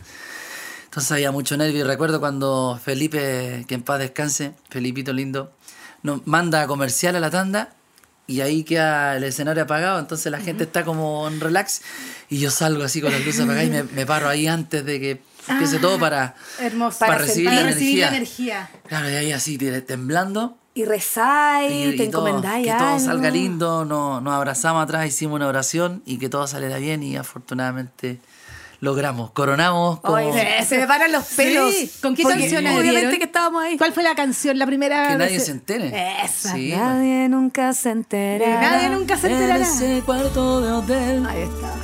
S3: Entonces había mucho nervio. Y recuerdo cuando Felipe, que en paz descanse, Felipito lindo, nos manda a comercial a la tanda y ahí queda el escenario apagado, entonces la gente está como en relax y yo salgo así con las luces apagadas y me, me paro ahí antes de que empiece todo para,
S4: Hermoso.
S3: para
S5: Para
S3: recibir, la
S5: sentar.
S3: energía.
S4: energía.
S3: Claro, y ahí así te- temblando.
S5: Y rezáis,
S3: Y,
S5: te
S3: y todo,
S5: encomendáis
S3: que todo
S5: algo.
S3: salga lindo, no- nos abrazamos atrás, hicimos una oración y que todo saliera bien y afortunadamente logramos, coronamos como
S5: Ay, se- se me paran los pelos.
S4: ¿Con qué
S5: Porque
S4: canción la
S5: Obviamente
S4: dieron?
S5: que estábamos ahí.
S4: ¿Cuál fue la canción? La primera.
S3: que
S4: de
S3: nadie
S4: ese-
S3: se entere.
S4: Esa.
S3: Sí,
S5: Nadie nunca se
S4: Que
S5: entera.
S4: Nadie nunca se enterará.
S3: cuarto de hotel.
S5: Ahí está.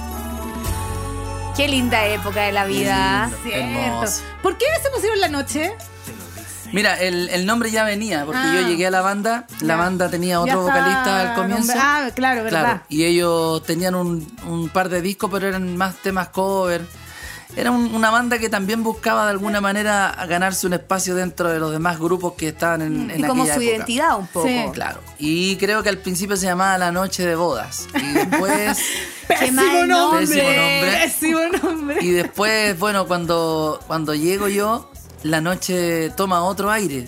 S5: Qué linda época de la vida.
S3: Qué lindo,
S4: Cierto.
S3: hermoso.
S4: ¿Por qué se pusieron la noche?
S3: Mira, el, el nombre ya venía, porque
S4: Ah.
S3: yo llegué a la banda, la
S4: Ya.
S3: banda tenía otro
S4: Ya estaba
S3: vocalista al comienzo.
S4: nombre- Ah, claro, verdad.
S3: y ellos tenían un, un par de discos, pero eran más temas cover. Era un- una banda que también buscaba de alguna manera ganarse un espacio dentro de los demás grupos que estaban
S4: Mm.
S3: en, en
S5: y como su
S3: aquella época.
S5: identidad un poco.
S4: Sí.
S3: Claro. Y creo que al principio se llamaba La Noche de Bodas. Y
S4: [laughs]
S3: después...
S5: Qué
S4: Pésimo
S5: mal
S4: nombre.
S3: Pésimo nombre.
S4: Pésimo nombre.
S3: Y
S5: [laughs]
S3: después, bueno, cuando, cuando llego yo, la noche toma otro aire.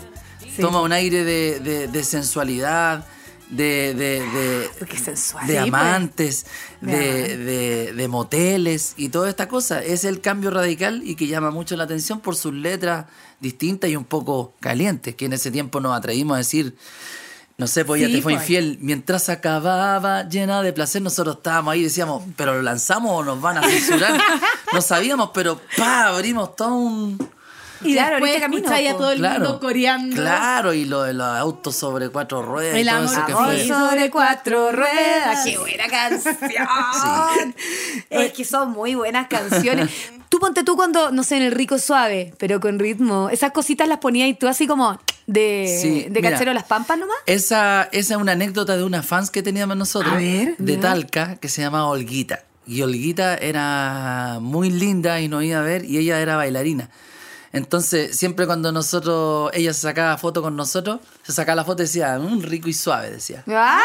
S3: Toma un aire de, de- de sensualidad, de, de, de,
S5: Qué sensual.
S3: de
S5: Sí, pues.
S3: amantes, de, de- de moteles y toda esta cosa. Es el cambio radical y que llama mucho la atención por sus letras distintas y un poco calientes, que en ese tiempo nos atrevimos a decir. No sé, pues ella
S4: Sí,
S3: te fue
S4: pues.
S3: infiel. Mientras acababa llena de placer, nosotros estábamos ahí y decíamos, ¿pero lo lanzamos o nos van a censurar? no sabíamos, pero ¡pa! abrimos todo un.
S4: Y
S5: Claro,
S4: después
S5: ahorita camino,
S4: escucháis a
S5: po.
S4: todo el
S3: claro,
S4: mundo coreando.
S3: Claro, y lo de los autos sobre cuatro ruedas y
S4: El
S3: todo
S4: amor
S3: eso que
S4: amor.
S3: fue.
S5: Hoy
S4: Sí.
S5: sobre cuatro ruedas. Qué buena canción. [laughs] Es que son muy buenas [laughs] canciones. Tú ponte tú cuando, no sé, en el rico suave, pero con ritmo. Esas cositas las ponías y tú así como de,
S3: Sí,
S5: de
S3: mira.
S5: cachero a las pampas nomás.
S3: Esa, esa es una anécdota de una fans que teníamos nosotros de Talca que se llamaba Olguita. Y Olguita era muy linda y nos iba a ver y ella era bailarina. Entonces, siempre cuando nosotros, ella se sacaba foto con nosotros, se sacaba la foto y decía, un rico y suave,
S5: [laughs]
S3: decía.
S5: ¡Ay!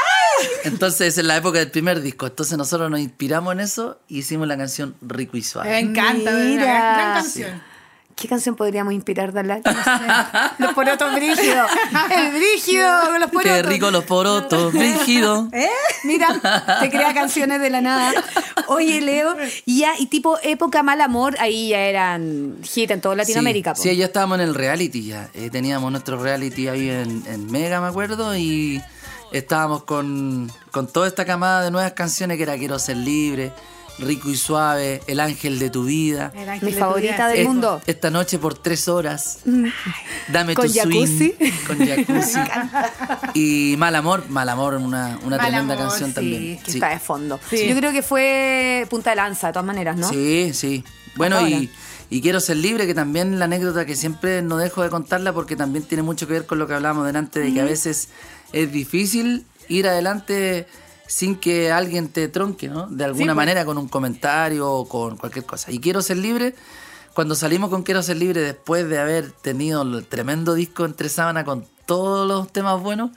S3: Entonces, en la época del primer disco. Entonces, nosotros nos inspiramos en eso y hicimos la canción Rico y
S4: Me
S3: Suave.
S4: encanta,
S5: Mira.
S4: una gran, gran canción.
S5: ¿Qué canción podríamos inspirar de la no
S3: [laughs]
S5: sé. Los porotos brígidos. El brígido con los
S3: Qué
S5: porotos.
S3: rico los
S5: [laughs]
S3: porotos, rígido.
S5: Mira, te crea canciones de la nada. Oye, Leo, y ya, y tipo época mal amor, ahí ya eran hit en toda Latinoamérica. po.
S3: Sí, sí, ya estábamos en el reality ya. Eh, teníamos nuestro reality ahí en, en Mega, me acuerdo, y estábamos con, con toda esta camada de nuevas canciones que era Quiero ser libre, Rico y Suave, El Ángel de tu Vida.
S4: El ángel
S5: Mi
S4: de tu
S5: favorita
S4: vida.
S5: del
S3: Es-
S5: mundo. Mm.
S3: Esta noche por tres horas. Dame
S5: Con
S3: tu swing.
S5: jacuzzi.
S3: Con
S5: [laughs]
S3: jacuzzi. y Mal Amor, Mal Amor, una, una
S4: Mal
S3: tremenda
S4: Amor,
S3: canción
S4: sí,
S3: también.
S5: que
S3: Sí.
S5: está de fondo.
S4: Sí.
S5: Yo creo que fue punta de lanza, de todas maneras, ¿no?
S3: Sí, sí. Bueno,
S5: Ahora.
S3: y, y quiero ser libre, que también la anécdota que siempre no dejo de contarla porque también tiene mucho que ver con lo que hablábamos delante, de que a veces es difícil ir adelante sin que alguien te tronque, ¿no? De alguna
S4: pues.
S3: manera con un comentario o con cualquier cosa. Y quiero ser libre. Cuando salimos con Quiero ser libre, después de haber tenido el tremendo disco entre sábana con todos los temas buenos,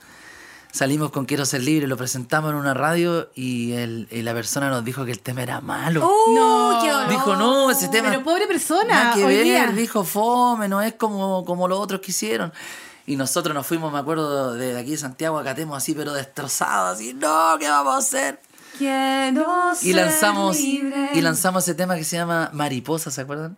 S3: salimos con Quiero ser libre, lo presentamos en una radio y, el- y la persona nos dijo que el tema era malo.
S5: ¡Uh,
S4: No.
S5: qué dolor!
S3: Dijo, no, ese tema.
S4: Pero pobre persona,
S3: nada que
S4: hoy
S3: ver,
S4: día.
S3: dijo fome, no es como, como los otros que hicieron. Y nosotros nos fuimos, me acuerdo, de aquí de Santiago a Catemo, así, pero destrozados, así, no, ¿qué vamos a hacer?
S5: Quiero
S3: Y
S5: ser
S3: lanzamos,
S5: libre.
S3: y lanzamos ese tema que se llama Mariposa, ¿se acuerdan?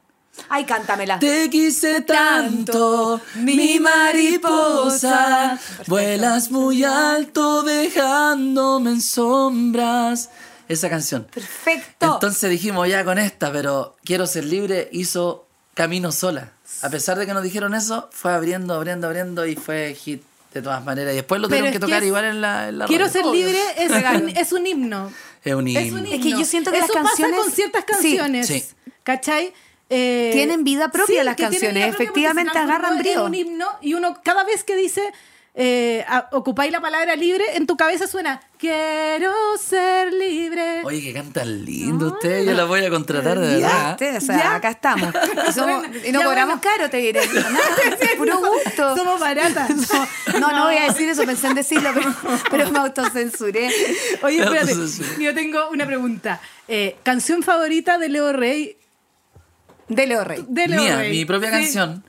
S5: Ay, cántamela.
S3: Te quise tanto, mi mariposa, vuelas muy alto dejándome en sombras. Esa canción.
S5: Perfecto.
S3: Entonces dijimos ya con esta, pero Quiero ser libre hizo camino sola. A pesar de que nos dijeron eso, fue abriendo, abriendo, abriendo y fue hit de todas maneras. Y después lo
S4: Pero
S3: tuvieron
S4: es
S3: que
S4: que
S3: tocar
S4: es-
S3: igual en la, en la
S4: Quiero
S3: radio.
S4: ser libre es un, es un himno.
S3: Es un
S4: Es
S3: himno.
S4: un himno.
S5: Es que yo siento que
S4: Eso
S5: las canciones-
S4: pasa con ciertas
S5: Sí.
S4: canciones.
S3: Sí.
S4: ¿Cachai? Eh,
S5: Tienen vida propia las
S4: que tienen
S5: canciones,
S4: vida propia porque
S5: efectivamente,
S4: se transformó
S5: agarran brío.
S4: En un himno y uno cada vez que dice eh, a- ocupáis la palabra libre, en tu cabeza suena quiero ser libre.
S3: Oye, que cantan lindo usted, yo la voy a contratar de
S5: Ya,
S3: verdad.
S5: te- o sea,
S4: Ya.
S5: acá estamos. Y, somos- y no
S4: Ya,
S5: cobramos caro, te diré. Nada, puro gusto.
S4: [laughs] [laughs] Somos
S5: [laughs]
S4: baratas.
S5: No, no voy a decir eso, pensé en decirlo, pero, pero me autocensuré.
S4: [laughs] Oye, espérate.
S3: Entonces, sí.
S4: Yo tengo una pregunta. Eh, ¿Canción favorita de Leo Rey?
S5: De Leo Rey.
S4: De Leo
S3: Mía,
S4: Rey.
S3: mi propia
S4: Sí.
S3: canción.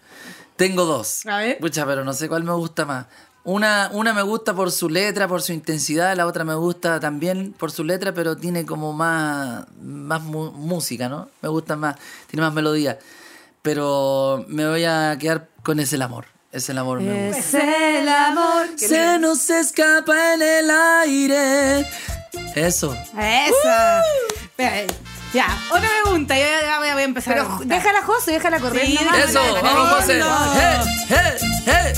S3: Tengo dos.
S4: A ver.
S3: Pucha, pero no sé cuál me gusta más. Una, una me gusta por su letra, por su intensidad, la otra me gusta también por su letra, pero tiene como más, más mu- música, ¿no? Me gusta más, tiene más melodía. Pero me voy a quedar con Es el amor. Es el amor, me gusta.
S5: Es el amor.
S3: Se nos escapa en el aire. Eso.
S4: Esa. Espera, eh. Ya, otra pregunta. Yo ya voy a voy a empezar. a
S5: Pero
S4: preguntar.
S5: déjala, José, déjala correr.
S4: Sí,
S5: nomás.
S3: Eso,
S4: no, no,
S3: vamos,
S4: no,
S3: José.
S4: no.
S3: ¡Eh, eh, eh!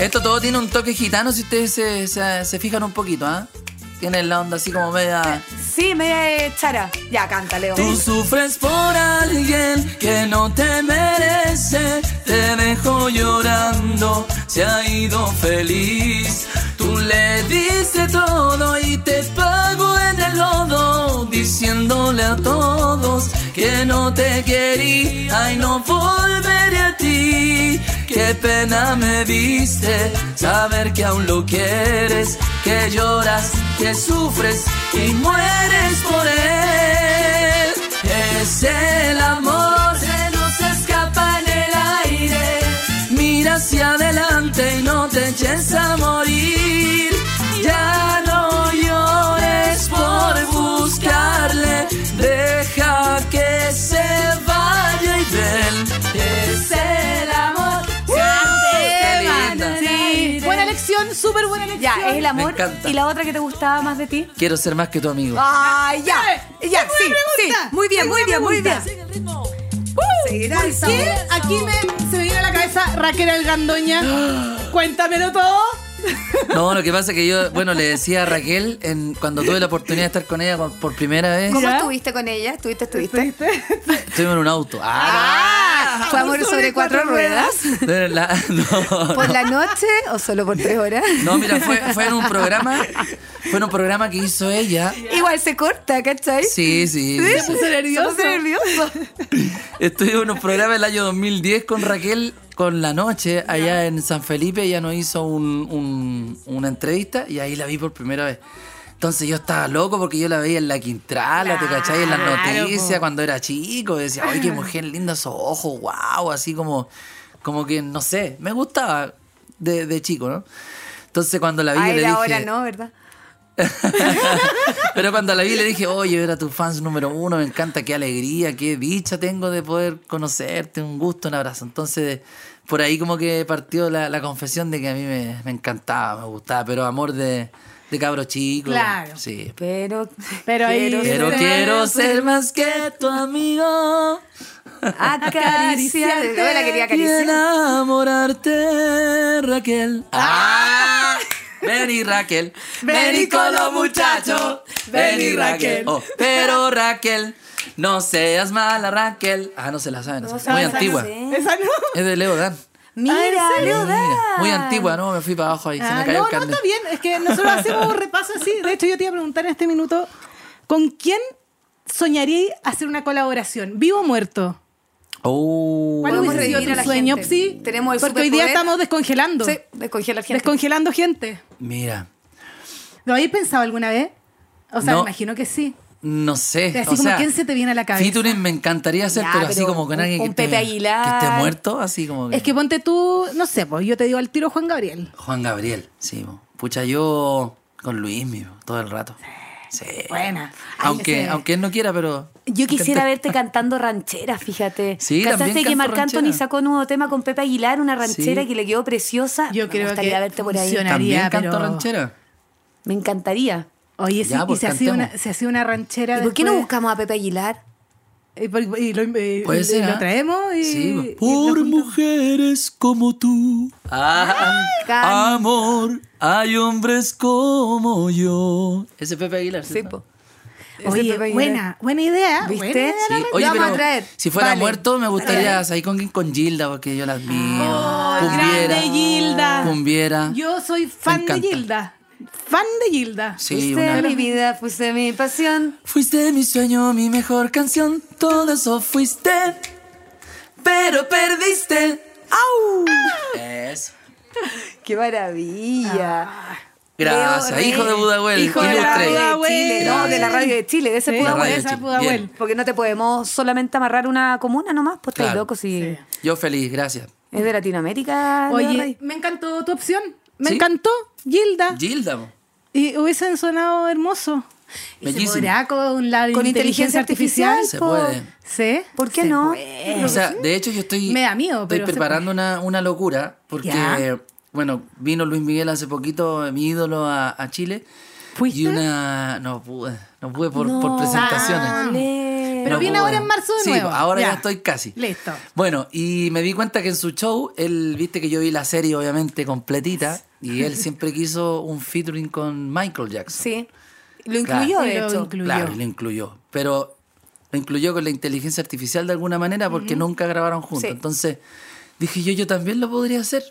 S3: Esto todo tiene un toque gitano si ustedes se, se- se fijan un poquito, ¿ah? Tiene la onda así como media.
S5: Sí, media de eh, chara. Ya, canta, Leo.
S3: Tú sufres por alguien que no te merece, te dejó llorando, se ha ido feliz. Tú le dices todo y te pago en el lodo, diciéndole a todos que no te quería y no volveré a ti. Qué pena me diste saber que aún lo quieres, que lloras, que sufres y mueres por él. Es el amor, se nos escapa en el aire. Mira hacia adelante y no te eches a morir. Ya no llores por buscarle, deja que se vaya y ven. Es el amor. ¡Qué linda!
S4: Sí, buena elección, súper buena elección.
S5: Ya, es el amor.
S3: encanta.
S5: ¿Y la otra que te gustaba más de ti?
S3: Quiero ser más que tu amigo.
S4: Ah,
S5: Ay, ya. Eh, Ya, sí, sí. Muy bien, muy bien, muy bien. Seguirá el
S4: ¿Qué?
S5: sabor.
S4: Aquí me, se me viene a la cabeza Raquel Algandoña.
S5: [gasps]
S4: Cuéntamelo todo.
S3: No, lo que pasa es que yo, bueno, le decía a Raquel en, cuando tuve la oportunidad de estar con ella por- por primera vez,
S5: ¿Cómo
S4: ¿Ya?
S5: estuviste con ella? ¿Estuviste, estuviste?
S3: estuvimos en un auto. Ah,
S5: Ah, ¿Fue amor sobre cuatro ruedas?
S3: no, era la- no.
S5: ¿Por la noche o solo por tres horas?
S3: [laughs] No, mira, fue, fue en un programa, fue en un programa que hizo ella.
S5: Igual se corta, ¿cachai?
S3: Sí, sí.
S5: Se
S3: sí.
S5: puso nervioso. nervioso.
S3: Estuvimos en un programa el año 2010 con Raquel con la noche allá en San Felipe. Ella nos hizo un- un- una entrevista y ahí la vi por primera vez. Entonces yo estaba loco porque yo la veía en la Quintrala, ¿te cachai? En las noticias cuando era chico. Y decía, ay, qué mujer linda esos ojos, wow. Así como, como que, no sé, me gustaba de, de chico, ¿no? Entonces cuando la vi yo
S5: Ay,
S3: le
S5: la
S3: dije...
S5: hora no, ¿verdad?
S3: Pero cuando la vi le dije, oye, era tu fans número uno, me encanta, qué alegría, qué dicha tengo de poder conocerte, un gusto, un abrazo. Entonces, por ahí como que partió la, la confesión de que a mí me, me encantaba, me gustaba, pero amor de, de cabro chico.
S4: Claro.
S3: Sí.
S5: Pero.
S4: Pero ahí-
S5: ser-
S3: Pero quiero ser más que tu amigo
S5: Acariciar. Yo la quería
S3: y
S5: acariciar.
S3: enamorarte, Raquel. ¡Ah! [laughs] Ven y Raquel, ven y con los muchachos, ven y Raquel. Oh, pero Raquel, no seas mala Raquel. Ah, no se la saben,
S5: se
S3: muy
S5: la sabe,
S3: antigua.
S5: no sé.
S4: Esa no.
S3: Es de Leo Dan.
S5: Mira, Ah, Leo,
S3: Mira,
S5: da.
S3: Muy antigua, no, me fui para abajo ahí, se me
S4: Ah,
S3: cayó
S4: no,
S3: el
S4: no,
S3: carnet.
S4: está bien. Es que nosotros hacemos un repaso así. De hecho, yo te iba a preguntar en este minuto, ¿con quién soñaría hacer una colaboración? ¿Vivo o muerto?
S3: Oh.
S4: ¿Cuál
S5: Podemos
S4: hubiese sido
S5: revivir a
S4: tu
S5: la
S4: sueño?
S5: gente.
S4: Sí,
S5: Tenemos el
S4: porque hoy día
S5: superpoder.
S4: estamos descongelando.
S5: Sí, descongela gente.
S4: Descongelando gente.
S3: Mira,
S4: ¿Lo habéis pensado alguna vez? O sea,
S3: No.
S4: me imagino que sí.
S3: no sé.
S4: Así
S3: o
S4: como,
S3: sea,
S4: ¿quién se te viene a la cabeza?
S3: featuring me encantaría hacer,
S5: Ya,
S3: pero así
S5: pero
S3: como con
S5: un-
S3: alguien que,
S5: un
S3: esté,
S5: Pepe Aguilar.
S3: que esté muerto, así como
S4: Es que ponte tú, no sé, pues yo te digo al tiro Juan Gabriel.
S3: Juan Gabriel, sí. po. Pucha, yo con Luis mismo, todo el rato. Sí.
S4: Buena.
S3: Aunque,
S5: sí.
S3: aunque él no quiera, pero.
S6: Yo quisiera verte cantando ranchera, fíjate.
S3: [laughs] Sí, también
S6: Casaste que
S3: canto
S6: Marc Anthony
S3: ranchera.
S6: sacó un nuevo tema con Pepe Aguilar, una ranchera
S3: Sí.
S6: que le quedó preciosa.
S4: Yo
S6: Me
S4: creo
S6: gustaría
S4: que
S6: verte por ahí.
S4: funciona.
S3: También
S4: Ganaría,
S3: canto
S4: pero-
S3: ranchera.
S6: Me encantaría.
S4: Oye, sí,
S3: Ya,
S4: y
S3: pues,
S4: se hacía
S3: cantemos.
S4: una, se hacía una ranchera.
S5: ¿Y por qué no
S4: después.
S5: buscamos a Pepe Aguilar?
S4: Y, por- y lo, y-
S3: Puede
S4: y
S3: ser.
S4: lo
S3: ¿ah?
S4: traemos y.
S3: Sí, pues, po.
S4: y lo
S3: Por
S4: juntamos.
S3: mujeres como tú. Ah,
S5: canta.
S3: amor, hay hombres como yo. Ese Pepe Aguilar,
S5: Sí,
S3: ¿cierto?
S5: po. Ese Pepe
S4: Oye,
S5: Aguilar.
S4: buena, buena idea.
S5: ¿Viste?
S4: buena idea,
S3: Sí.
S4: la
S3: Oye,
S5: vamos a
S3: pero
S5: traer.
S3: si fuera
S5: Vale.
S3: muerto, me gustaría salir con, con Gilda, porque yo la admiro. cumbiera.
S4: grande Gilda.
S3: Cumbiera.
S4: Yo soy fan de
S3: encanta.
S4: Gilda. Fan de Gilda.
S3: sí,
S5: Fuiste
S3: una-
S5: mi vida, fuiste mi pasión.
S3: Fuiste mi sueño, mi mejor canción, todo eso fuiste, pero perdiste. ¡Au! Eso.
S5: ¡Qué
S6: Ah.
S5: maravilla!
S3: Gracias,
S5: Leo
S3: hijo de
S5: Rey,
S3: Budahuel,
S4: hijo de
S3: ilustre.
S4: Budahuel.
S5: radio de Chile. No, de la radio de Chile, de ese
S4: Sí.
S5: pueblo.
S3: radio
S4: esa
S3: chico.
S4: Budahuel.
S3: Bien.
S5: Porque no te podemos solamente amarrar una comuna nomás, pues estás
S3: Claro.
S5: loco si
S3: Yo feliz, gracias.
S5: es de Latinoamérica. Leo
S4: Oye,
S5: Rey.
S4: me encantó tu opción. Me
S3: ¿Sí?
S4: encantó, Gilda.
S3: Gilda, po.
S4: y hubiesen sonado hermoso. Y se
S3: Bellísimo.
S4: podrá con la
S5: Con
S4: inteligencia
S5: inteligencia
S4: artificial.
S3: artificial,
S4: Sí.
S5: ¿Por qué no?
S3: O sea, de hecho yo estoy,
S4: Me da miedo,
S3: estoy
S4: pero se
S3: preparando una, una locura porque,
S4: Ya.
S3: bueno, vino Luis Miguel hace poquito, mi ídolo, a, a Chile.
S4: ¿Fuiste?
S3: Y una... No pude, no pude por, por presentaciones.
S4: Pero
S3: No pude.
S4: viene ahora en marzo de
S3: Sí,
S4: nuevo.
S3: po, ahora ya estoy casi.
S4: Listo.
S3: Bueno, y me di cuenta que en su show, él, viste que yo vi la serie obviamente completita, y
S4: [laughs]
S3: él siempre quiso un featuring con Michael Jackson.
S5: Sí. Lo
S3: Claro.
S5: incluyó,
S4: Y
S5: de
S4: lo
S5: hecho.
S4: incluyó.
S3: Claro, y lo incluyó. Pero lo incluyó con la inteligencia artificial de alguna manera porque nunca grabaron juntos.
S5: Sí.
S3: Entonces dije yo, yo también lo podría hacer.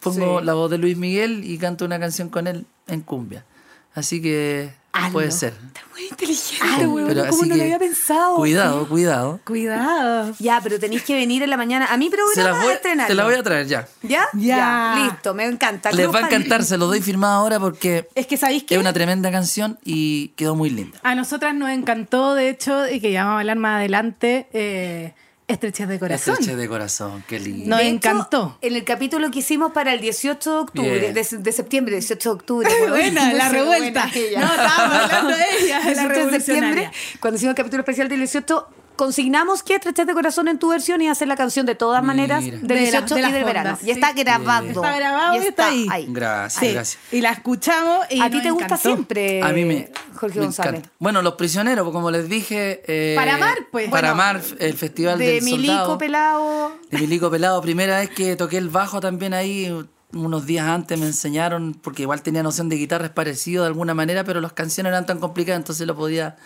S3: Pongo la voz de Luis Miguel y canto una canción con él en cumbia. Así que puede ser.
S5: Muy inteligente,
S3: Pero
S5: weón.
S3: así
S5: ¿Cómo no
S3: que
S5: lo había pensado?
S3: Cuidado, cuidado.
S4: Cuidado.
S5: Ya, pero tenéis que venir en la mañana a mi
S3: Se las
S5: programa
S3: voy-
S5: a estrenar.
S3: te la voy a traer ya.
S5: ¿Ya?
S4: Ya.
S5: Listo, me encanta.
S3: Les
S5: Cruz
S3: va a
S5: Palma.
S3: encantar, se lo doy firmado ahora porque
S4: Es que sabéis que
S3: es una tremenda canción y quedó muy linda.
S4: a nosotras nos encantó, de hecho, y que ya vamos a hablar más adelante, eh, estrechez de corazón.
S3: Estreche de corazón, qué lindo.
S4: No,
S5: De
S4: me
S5: hecho,
S4: encantó.
S5: En el capítulo que hicimos para el 18 de octubre,
S3: Bien.
S5: de, de septiembre, 18 de octubre.
S4: [laughs] Buena, la
S5: Sí,
S4: revuelta.
S5: [laughs] buena ella.
S4: No, estábamos hablando de ella, de la
S5: 18 de septiembre,
S4: revolucionaria.
S5: cuando hicimos el capítulo especial del 18, consignamos que estrechez de corazón en tu versión y hacer la canción de todas
S3: Mira.
S5: maneras
S4: De
S5: del
S4: la-
S5: 18
S4: de
S5: y
S4: las
S5: del
S4: fondas,
S5: verano.
S4: sí.
S5: Y está grabado.
S4: Está grabado y está ahí.
S3: Gracias,
S4: Sí,
S3: gracias.
S4: Y la escuchamos y
S5: A ti
S4: nos
S5: te gusta
S4: encantó.
S5: siempre,
S3: A mí me.
S5: Jorge
S3: me
S5: González.
S3: encanta. Bueno, Los Prisioneros, pues, como les dije. eh,
S4: Para Amar, pues.
S3: Para
S4: Bueno,
S3: Amar, el Festival
S5: De
S3: del Soldado.
S5: Milico Pelado.
S3: De Milico Pelado. Primera vez que toqué el bajo también ahí, unos días antes me enseñaron, porque igual tenía noción de guitarra, es parecido de alguna manera, pero las canciones eran tan complicadas, entonces lo podía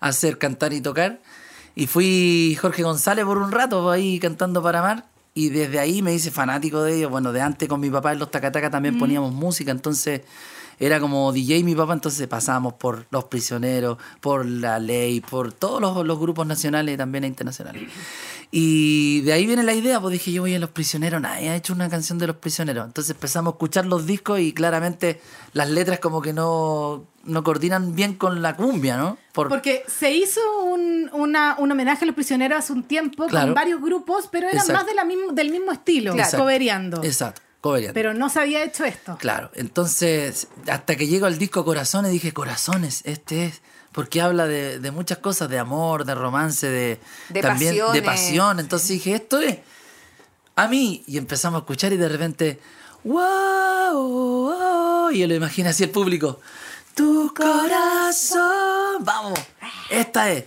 S3: hacer, cantar y tocar. Y fui Jorge González por un rato pues, ahí cantando para amar. Y desde ahí me hice fanático de ellos. Bueno, de antes con mi papá en los Tacataca también poníamos música, entonces era como DJ mi papá, entonces pasábamos por Los Prisioneros, por La Ley, por todos los, los grupos nacionales y también internacionales. Y de ahí viene la idea, pues dije yo, oye, Los Prisioneros, nadie ha hecho una canción de Los Prisioneros. Entonces empezamos a escuchar los discos y claramente las letras como que no, no coordinan bien con la cumbia, ¿no? Por-
S4: Porque se hizo un, una- un homenaje a los prisioneros hace un tiempo
S3: Claro.
S4: con varios grupos, pero eran
S3: Exacto.
S4: más de la mismo- del mismo estilo,
S3: Exacto.
S4: cobereando.
S3: Exacto, cobereando.
S4: Pero no se había hecho esto.
S3: Claro, entonces hasta que llego al disco Corazones dije, Corazones, este es, porque habla de, de muchas cosas, de amor, de romance, de,
S5: De
S3: también de
S5: pasiones.
S3: pasión. Entonces dije, esto es a mí. Y empezamos a escuchar y de repente, wow, wow", y yo lo imagino así el público. Tu corazón, vamos, esta es.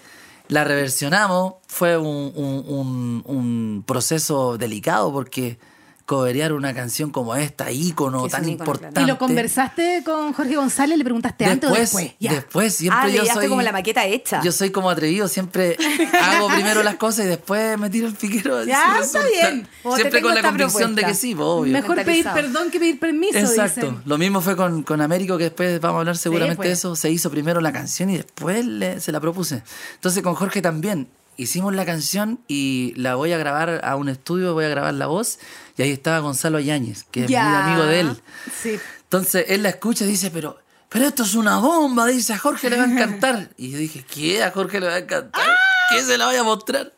S3: La reversionamos, fue un, un- un- un proceso delicado porque coberear una canción como esta, ícono
S5: Que es
S3: tan
S5: un ícono, claro.
S3: importante.
S4: ¿Y lo conversaste con Jorge González? ¿Le preguntaste antes o después? Ya.
S3: después, siempre
S5: Ah, le
S3: yo
S5: dejaste
S3: soy...
S5: como la maqueta hecha.
S3: Yo soy como atrevido, siempre hago primero las cosas y después me tiro el piquero.
S4: Ya,
S3: si
S4: está
S3: resulta.
S4: bien.
S5: O te
S3: Siempre
S5: tengo
S3: con la
S5: esta
S3: convicción de
S5: propuesta.
S3: que sí, pues, obvio.
S4: Mejor pedir
S5: Mentalizado.
S4: perdón que pedir permiso,
S3: Exacto.
S4: dicen.
S3: Lo mismo fue con, con Américo, que después vamos a hablar seguramente
S4: pues.
S3: de eso. Se hizo primero la canción y después le- se la propuse. Entonces con Jorge también. Hicimos la canción y la voy a grabar a un estudio, voy a grabar la voz. Y ahí estaba Gonzalo Yáñez, que es muy
S5: Ya.
S3: amigo de él.
S4: Sí.
S3: Entonces él la escucha y dice, pero, pero esto es una bomba, dice, a Jorge le va a
S4: [laughs]
S3: encantar. Y yo dije, ¿qué? ¿A Jorge le va a encantar? ¿Qué se la voy a mostrar?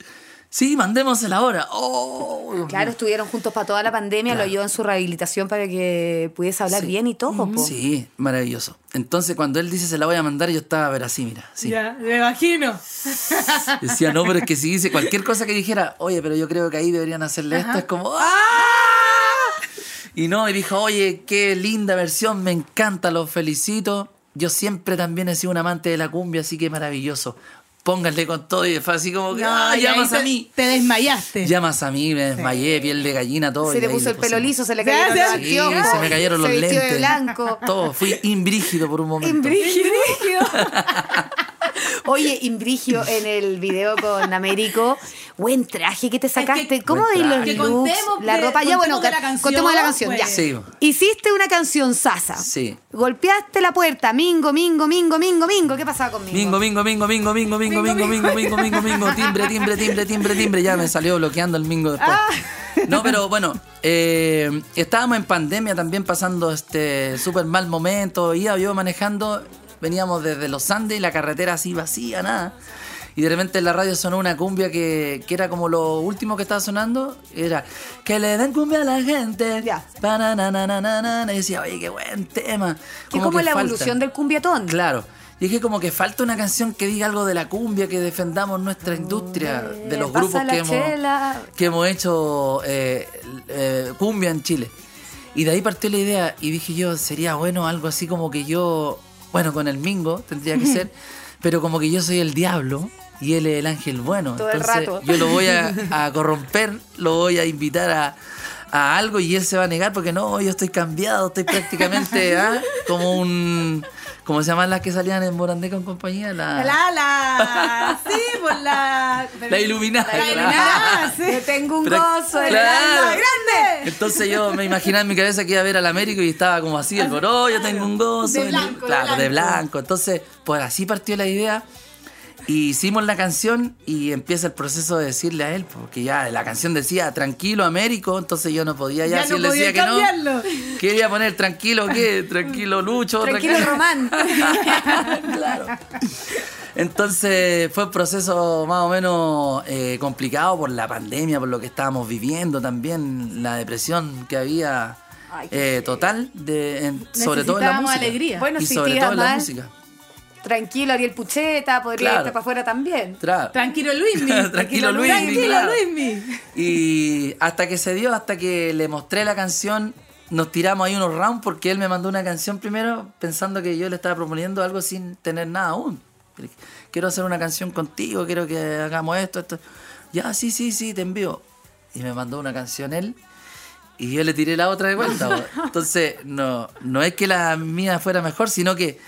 S3: Sí, mandémosela ahora. Oh, Dios
S5: Claro, estuvieron juntos para toda la pandemia, lo ayudó en su rehabilitación para que pudiese hablar
S3: Sí.
S5: bien y todo. po.
S3: Sí, maravilloso. Entonces, cuando él dice se la voy a mandar, yo estaba, a ver, así, mira. así.
S4: Ya, me imagino.
S3: Decía, no, pero es que si
S5: [laughs]
S3: dice cualquier cosa que dijera, oye, pero yo creo que ahí deberían hacerle esto, es como, ¡ah! Y no, y dijo, oye, qué linda versión, me encanta, los felicito. Yo siempre también he sido un amante de la cumbia, así que maravilloso. Pónganle con todo y fue así como, que, ¡ah,
S4: No, y ahí
S3: llamas
S4: te-
S3: a mí!
S4: Te desmayaste.
S3: Llamas a mí, me desmayé, piel de gallina, todo.
S5: Se
S3: y
S5: le
S3: ahí
S5: puso
S3: lo
S5: el pelo
S3: pusimos.
S5: liso, se le
S4: Sí,
S5: cayeron los
S4: sí,
S3: Sí,
S5: anteojos,
S3: se me cayeron los
S5: se vistió
S3: lentes.
S5: de blanco.
S3: [laughs] Todo, fui imbrígido por un momento.
S5: Imbrígido. [laughs] Oye, Imbrigio, en el video con Américo, buen traje que te sacaste. ¿Cómo
S3: Buen traje.
S5: de los looks?
S4: Que contemos
S5: la
S4: de-
S5: ropa. Ya,
S4: contemos
S5: bueno,
S4: de la
S5: ca-
S4: canción,
S5: contemos de la canción. Ya.
S4: pues.
S3: Sí.
S5: Hiciste una canción sasa.
S3: Sí.
S5: Golpeaste la puerta. Mingo, mingo, mingo, mingo, mingo. ¿Qué pasaba conmigo?
S3: Mingo, mingo, mingo, mingo, mingo, mingo, mingo, mingo, mingo, mingo, mingo, timbre, timbre, timbre, timbre, timbre. Ya me salió bloqueando el mingo después.
S6: Ah.
S3: No, pero bueno, eh, estábamos en pandemia también pasando este súper mal momento. Iba yo manejando, veníamos desde los Andes y la carretera así vacía, nada. Y de repente en la radio sonó una cumbia que, que era como lo último que estaba sonando. Era que le den cumbia a la gente.
S4: Ya.
S3: Pa, na, na, na, na, na, na. Y decía, oye, qué buen tema.
S6: Que es como
S3: que
S6: la
S3: falta.
S6: evolución del cumbiatón.
S3: Claro. Y es que como que falta una canción que diga algo de la cumbia, que defendamos nuestra industria, de los
S6: Mm, eh, pasa
S3: grupos
S6: la
S3: que hemos,
S6: chela.
S3: que hemos hecho eh, eh, cumbia en Chile. Y de ahí partió la idea y dije yo, sería bueno algo así como que yo, bueno, con el Mingo
S6: [laughs]
S3: tendría que ser, pero como que yo soy el diablo y él es el ángel bueno.
S6: Todo el
S3: Entonces
S6: rato.
S3: yo lo voy a, a corromper, lo voy a invitar a, a algo y él se va a negar porque no, yo estoy cambiado, estoy prácticamente ¿ah? como un... ¿Cómo se llaman las que salían en Morandé con compañía? La,
S4: La, la, sí, por la...
S3: [laughs] la iluminada. Ah,
S4: La
S3: claro.
S4: iluminada, sí.
S6: Yo tengo un
S3: Pero-
S6: gozo.
S3: Claro.
S4: Grande, grande.
S3: Entonces yo me imaginaba en mi cabeza que iba a ver al Américo y estaba como así, el goró, yo tengo un gozo.
S4: De
S3: el-
S4: blanco, de
S3: claro, de
S4: blanco.
S3: blanco. Entonces, pues así partió la idea. Y hicimos la canción y empieza el proceso de decirle a él, porque ya la canción decía tranquilo Américo, entonces yo no podía ya,
S4: Ya
S3: si
S4: no
S3: él decía
S4: podía
S3: que
S4: cambiarlo.
S3: no. ¿Qué iba a poner? Tranquilo, ¿qué? Tranquilo
S4: [laughs]
S3: Lucho,
S6: Tranquilo, Román.
S3: [laughs] claro. Entonces fue un proceso más o menos eh, complicado por la pandemia, por lo que estábamos viviendo también, la depresión que había eh, total, de, en- sobre todo en la
S4: Necesitábamos
S3: música.
S4: alegría.
S6: Bueno,
S3: y
S6: si
S3: sobre
S6: te iba
S3: todo en la
S6: mal.
S3: música.
S6: Tranquilo, Ariel Pucheta, podría
S3: Claro.
S6: irte para afuera también.
S3: Tra-
S4: Tranquilo Luismi.
S3: [laughs] Tranquilo Luismi,
S4: Tranquilo
S3: claro.
S4: Luismi.
S3: [laughs] Y hasta que se dio, hasta que le mostré la canción, nos tiramos ahí unos rounds porque él me mandó una canción primero pensando que yo le estaba proponiendo algo sin tener nada aún. Le dije, Quiero hacer una canción contigo, quiero que hagamos esto, esto. Ya, sí, sí, sí, te envío. Y me mandó una canción él y yo le tiré la otra de vuelta. po.
S6: [laughs]
S3: Entonces, no, no es que la mía fuera mejor, sino que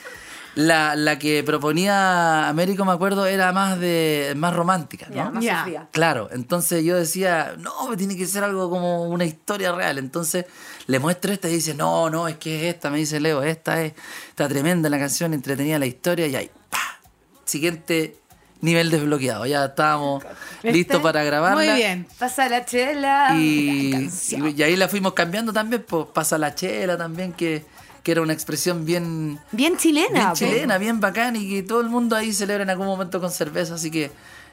S3: la, la que proponía Américo, me acuerdo, era más, de, más romántica. ¿no?
S6: Ya, más
S4: Ya.
S6: sufrida.
S3: Claro, entonces yo decía, no, tiene que ser algo como una historia real. Entonces le muestro esta y dice, no, no, es que es esta, me dice Leo, esta es, está tremenda la canción, entretenida la historia y ahí, pa, siguiente nivel desbloqueado. Ya estábamos listos para grabarla.
S4: Muy bien.
S6: Pasa la chela.
S3: Y,
S6: La canción.
S3: y ahí la fuimos cambiando también, pues pasa la chela también, que, que era una expresión bien,
S6: Bien chilena.
S3: bien
S6: po.
S3: chilena, bien bacán y que todo el mundo ahí celebra en algún momento con cerveza, así que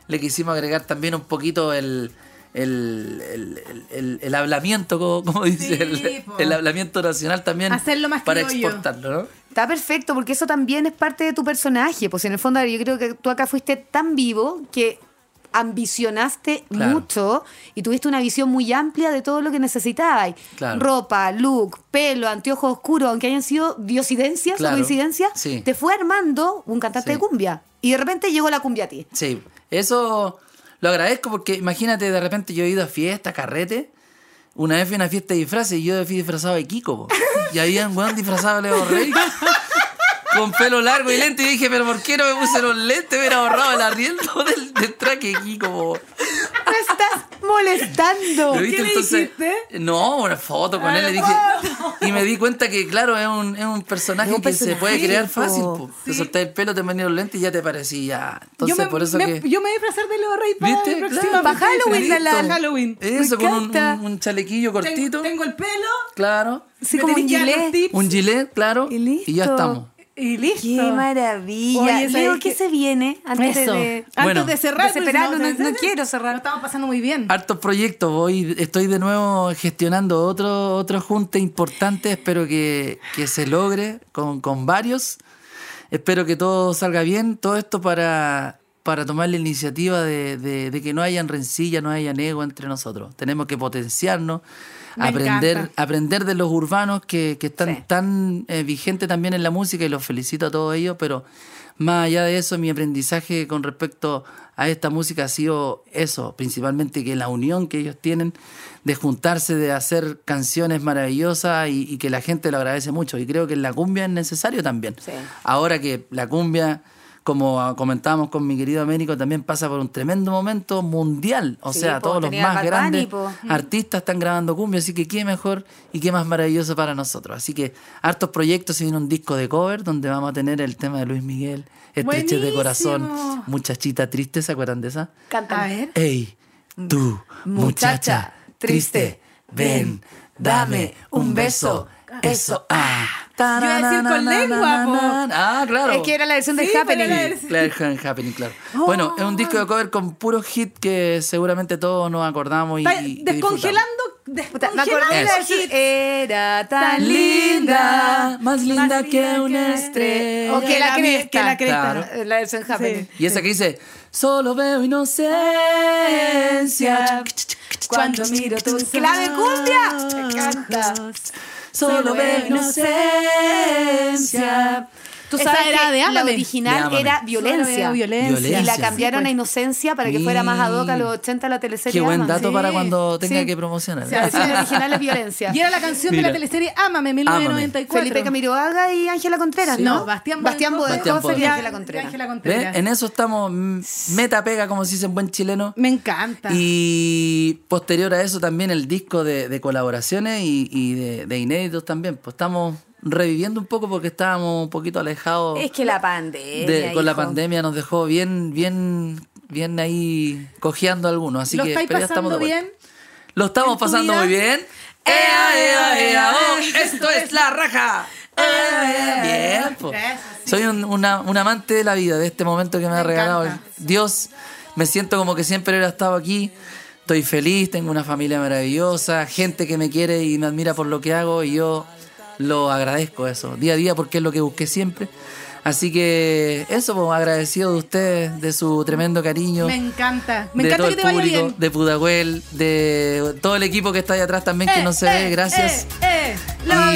S3: le quisimos agregar también un poquito el, el, el, el- el- el hablamiento, como, como dice, el,
S4: po.
S3: el hablamiento nacional también
S4: Hacerlo más
S3: para
S4: criollo.
S3: exportarlo, ¿no?
S6: Está perfecto, porque eso también es parte de tu personaje. Pues en el fondo, yo creo que tú acá fuiste tan vivo que ambicionaste
S3: Claro.
S6: mucho y tuviste una visión muy amplia de todo lo que necesitabas.
S3: Claro.
S6: Ropa, look, pelo, anteojos oscuros, aunque hayan sido diosidencias
S3: Claro.
S6: o coincidencias,
S3: Sí.
S6: te fue armando un cantante
S3: Sí.
S6: de cumbia. Y de repente llegó la cumbia a ti. [laughs]
S3: Sí, eso lo agradezco porque imagínate, de repente yo he ido a fiestas, carrete. Una vez fui a una fiesta de disfraces y yo fui disfrazado de Kiko, po. Y había un weón disfrazado de Leo Rey con pelo largo y lente. Y dije, pero ¿por qué no me puse los lentes? Me hubiera ahorrado el arriendo del, del traje de Kiko, po.
S6: ¡Me estás molestando!
S3: ¿Lo viste?
S4: ¿Qué le Ah, dijiste?
S3: No, una foto con él. Le dije, y me di cuenta que, claro, es un, es un personaje
S6: Es un
S3: que se
S6: personaje,
S3: poner crear
S6: po.
S3: fácil, po. Te soltás el pelo, te ponías los lentes y ya te parecía. Entonces,
S4: yo me,
S3: por eso
S4: me-
S3: que...
S4: Yo me voy a disfrazar de Leo Rey para
S3: ¿Viste?
S4: el
S3: Claro,
S4: próximo
S6: para Halloween,
S4: Para
S6: la- la-
S4: Halloween.
S3: Eso,
S6: Me
S3: con un,
S6: encanta.
S3: un- un chalequillo
S4: Ten-
S3: cortito.
S4: Tengo el pelo.
S3: Claro.
S6: Sí,
S4: me
S6: como
S4: tenés
S6: un
S4: que dar los
S6: gilet.
S4: tips
S3: Un gilet, claro.
S6: Y
S3: Y,
S6: listo.
S3: ya estamos.
S4: Y listo.
S6: ¡Qué maravilla!
S4: Oye, ¿sabes
S6: Leo, ¿qué
S4: qué?
S6: se viene antes
S4: Eso.
S6: de...?
S4: Antes
S3: Bueno.
S4: de cerrar,
S6: De separar,
S4: porque si
S6: no- no quiero cerrar.
S4: Lo estamos pasando muy bien.
S3: Hartos proyectos, voy, estoy de nuevo gestionando otro, otro junte importante, espero que, que se logre con, con varios. Espero que todo salga bien, todo esto para, para tomar la iniciativa de, de- de que no hayan rencilla, no haya ego entre nosotros. Tenemos que potenciarnos,
S4: Me
S3: aprender,
S4: encanta.
S3: aprender de los urbanos que, que están tan eh, vigentes también en la música y los felicito a todos ellos, pero más allá de eso, mi aprendizaje con respecto a esta música ha sido eso, principalmente que la unión que ellos tienen de juntarse, de hacer canciones maravillosas y, y que la gente lo agradece mucho. Y creo que en la cumbia es necesario también. Ahora que la cumbia, como comentábamos con mi querido Américo, también pasa por un tremendo momento mundial. O
S6: Sí,
S3: sea,
S6: po,
S3: todos los
S6: tenía
S3: más
S6: Bad Bunny,
S3: grandes
S6: po.
S3: artistas están grabando cumbia, así que qué mejor y qué más maravilloso para nosotros. Así que hartos proyectos, se viene un disco de cover donde vamos a tener el tema de Luis Miguel, Estreches de
S4: Buenísimo.
S3: Corazón, Muchachita Triste, ¿se acuerdan de esa?
S4: A ver.
S3: Ey, tú, muchacha triste, ven, dame un beso, eso, ah, ta,
S4: Yo iba a decir con lengua, po.
S3: Ah, claro.
S6: Es que era la versión de
S4: Sí, pero
S6: Happening.
S4: era versión-
S3: Claro, Hang Happening, claro. Bueno, es un disco de cover con puro hit que seguramente todos nos acordamos y.
S4: Está
S3: y disfrutamos.
S4: descongelando,
S6: Puta, me acordé de la
S4: descongelando el
S6: versión,
S4: hit.
S6: Era tan
S4: Tan
S6: linda.
S3: más linda
S4: más
S3: que
S4: linda
S3: una
S4: que-
S3: estrella.
S6: O que la
S4: la
S6: cresta. eh,
S4: vi- que la cresta.
S3: Claro.
S6: La versión Happening.
S3: Y esa que dice, solo veo inocencia.
S6: Cuando miro tus clave cumbia. Me encanta.
S3: Solo veo inocencia.
S6: Tú
S4: Esa
S6: sabes
S4: era
S6: que
S4: de
S6: la
S4: Ámame.
S6: original
S3: De
S6: era
S3: Ámame.
S6: violencia.
S4: Violencia. pues.
S3: Violencia.
S6: Y la
S3: Sí,
S6: cambiaron a Inocencia para que fuera más ad hoc a los 80 la teleserie.
S3: Qué buen
S6: Ámame.
S3: dato para cuando tenga
S6: Sí.
S3: que promocionar.
S6: La
S3: [laughs]
S6: versión original es violencia.
S4: Y era la canción de
S3: Mira.
S4: la teleserie Ámame,
S3: Ámame.
S4: 1994.
S6: Felipe Camiroaga y Ángela Contreras,
S4: Sí.
S6: ¿no?
S4: Ah, No, Bastián
S6: Bastián
S4: Bodenhofer.
S6: Bodenhofer y
S3: Bastián
S6: Ángela Contreras.
S4: Ángela
S3: ¿Ven?
S4: Contreras.
S3: ¿Eh? En eso estamos mm, meta pega, como se dice en buen chileno.
S4: Me encanta.
S3: Y posterior a eso también el disco de, de colaboraciones y, y de, de inéditos también. Pues estamos reviviendo un poco porque estábamos un poquito alejados.
S5: Es que la pandemia.
S3: de- con la
S5: hijo.
S3: pandemia nos dejó bien, bien, bien ahí cojeando algunos. Así
S4: ¿Lo
S3: que
S4: estáis
S3: pero ya estamos
S4: pasando
S3: de vuelta.
S4: bien? ¡Eh,
S3: Lo estamos
S4: en tu
S3: pasando
S4: vida?
S3: muy bien. ¡Ea, ea,
S4: eh!
S3: ea! oh! ¡Esto es la raja! ¡Ea, ea, ea! Bien, po.
S4: Eso,
S3: Soy un, una- un amante de la vida, de este momento que me, ha regalado
S4: encanta.
S3: Dios. Me siento como que siempre hubiera estado aquí. Estoy feliz, tengo una familia maravillosa, gente que me quiere y me admira por lo que hago y yo lo agradezco eso, día a día porque es lo que busqué siempre. Así que eso, pues, agradecido de ustedes, de su tremendo cariño
S4: Me encanta. Me
S3: de
S4: encanta
S3: todo
S4: que te
S3: el
S4: vaya
S3: público,
S4: bien.
S3: de Pudahuel, de todo el equipo que está ahí atrás también que
S4: Eh,
S3: no se
S4: eh,
S3: ve, gracias.
S4: eh, eh.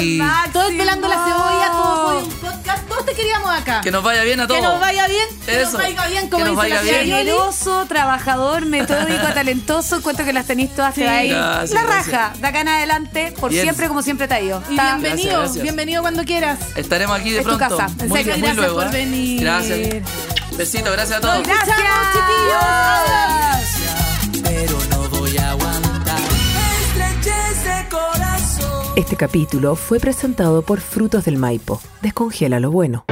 S3: Y
S4: Todos pelando la cebolla, todos por un podcast. Todos te queríamos acá.
S3: que nos vaya bien a todos.
S4: Que nos vaya bien. Que
S3: Eso.
S4: nos vaya bien, como
S3: Que nos
S4: dice la
S3: vaya bien.
S4: señora Yoli.
S5: Generoso, trabajador, metódico, talentoso. Cuento que las tenéis todas.
S6: Sí.
S5: Te va a ir
S3: Gracias,
S5: la
S3: gracias.
S5: raja. De acá en adelante, por
S3: Bien.
S5: siempre, como siempre te ha ido.
S4: Y
S5: Está-
S4: bienvenido,
S3: Gracias, gracias.
S4: bienvenido cuando quieras.
S3: Estaremos aquí de
S5: Es tu
S3: pronto.
S5: casa. En
S3: Muy,
S5: serio,
S3: bien, muy
S4: gracias
S3: luego.
S4: por
S3: ¿eh?
S4: venir.
S3: Gracias. Besito, gracias a todos.
S4: Nos escuchamos, chiquillos.
S3: Pero no voy a aguantar.
S2: Este capítulo fue presentado por Frutos del Maipo. Descongela lo bueno.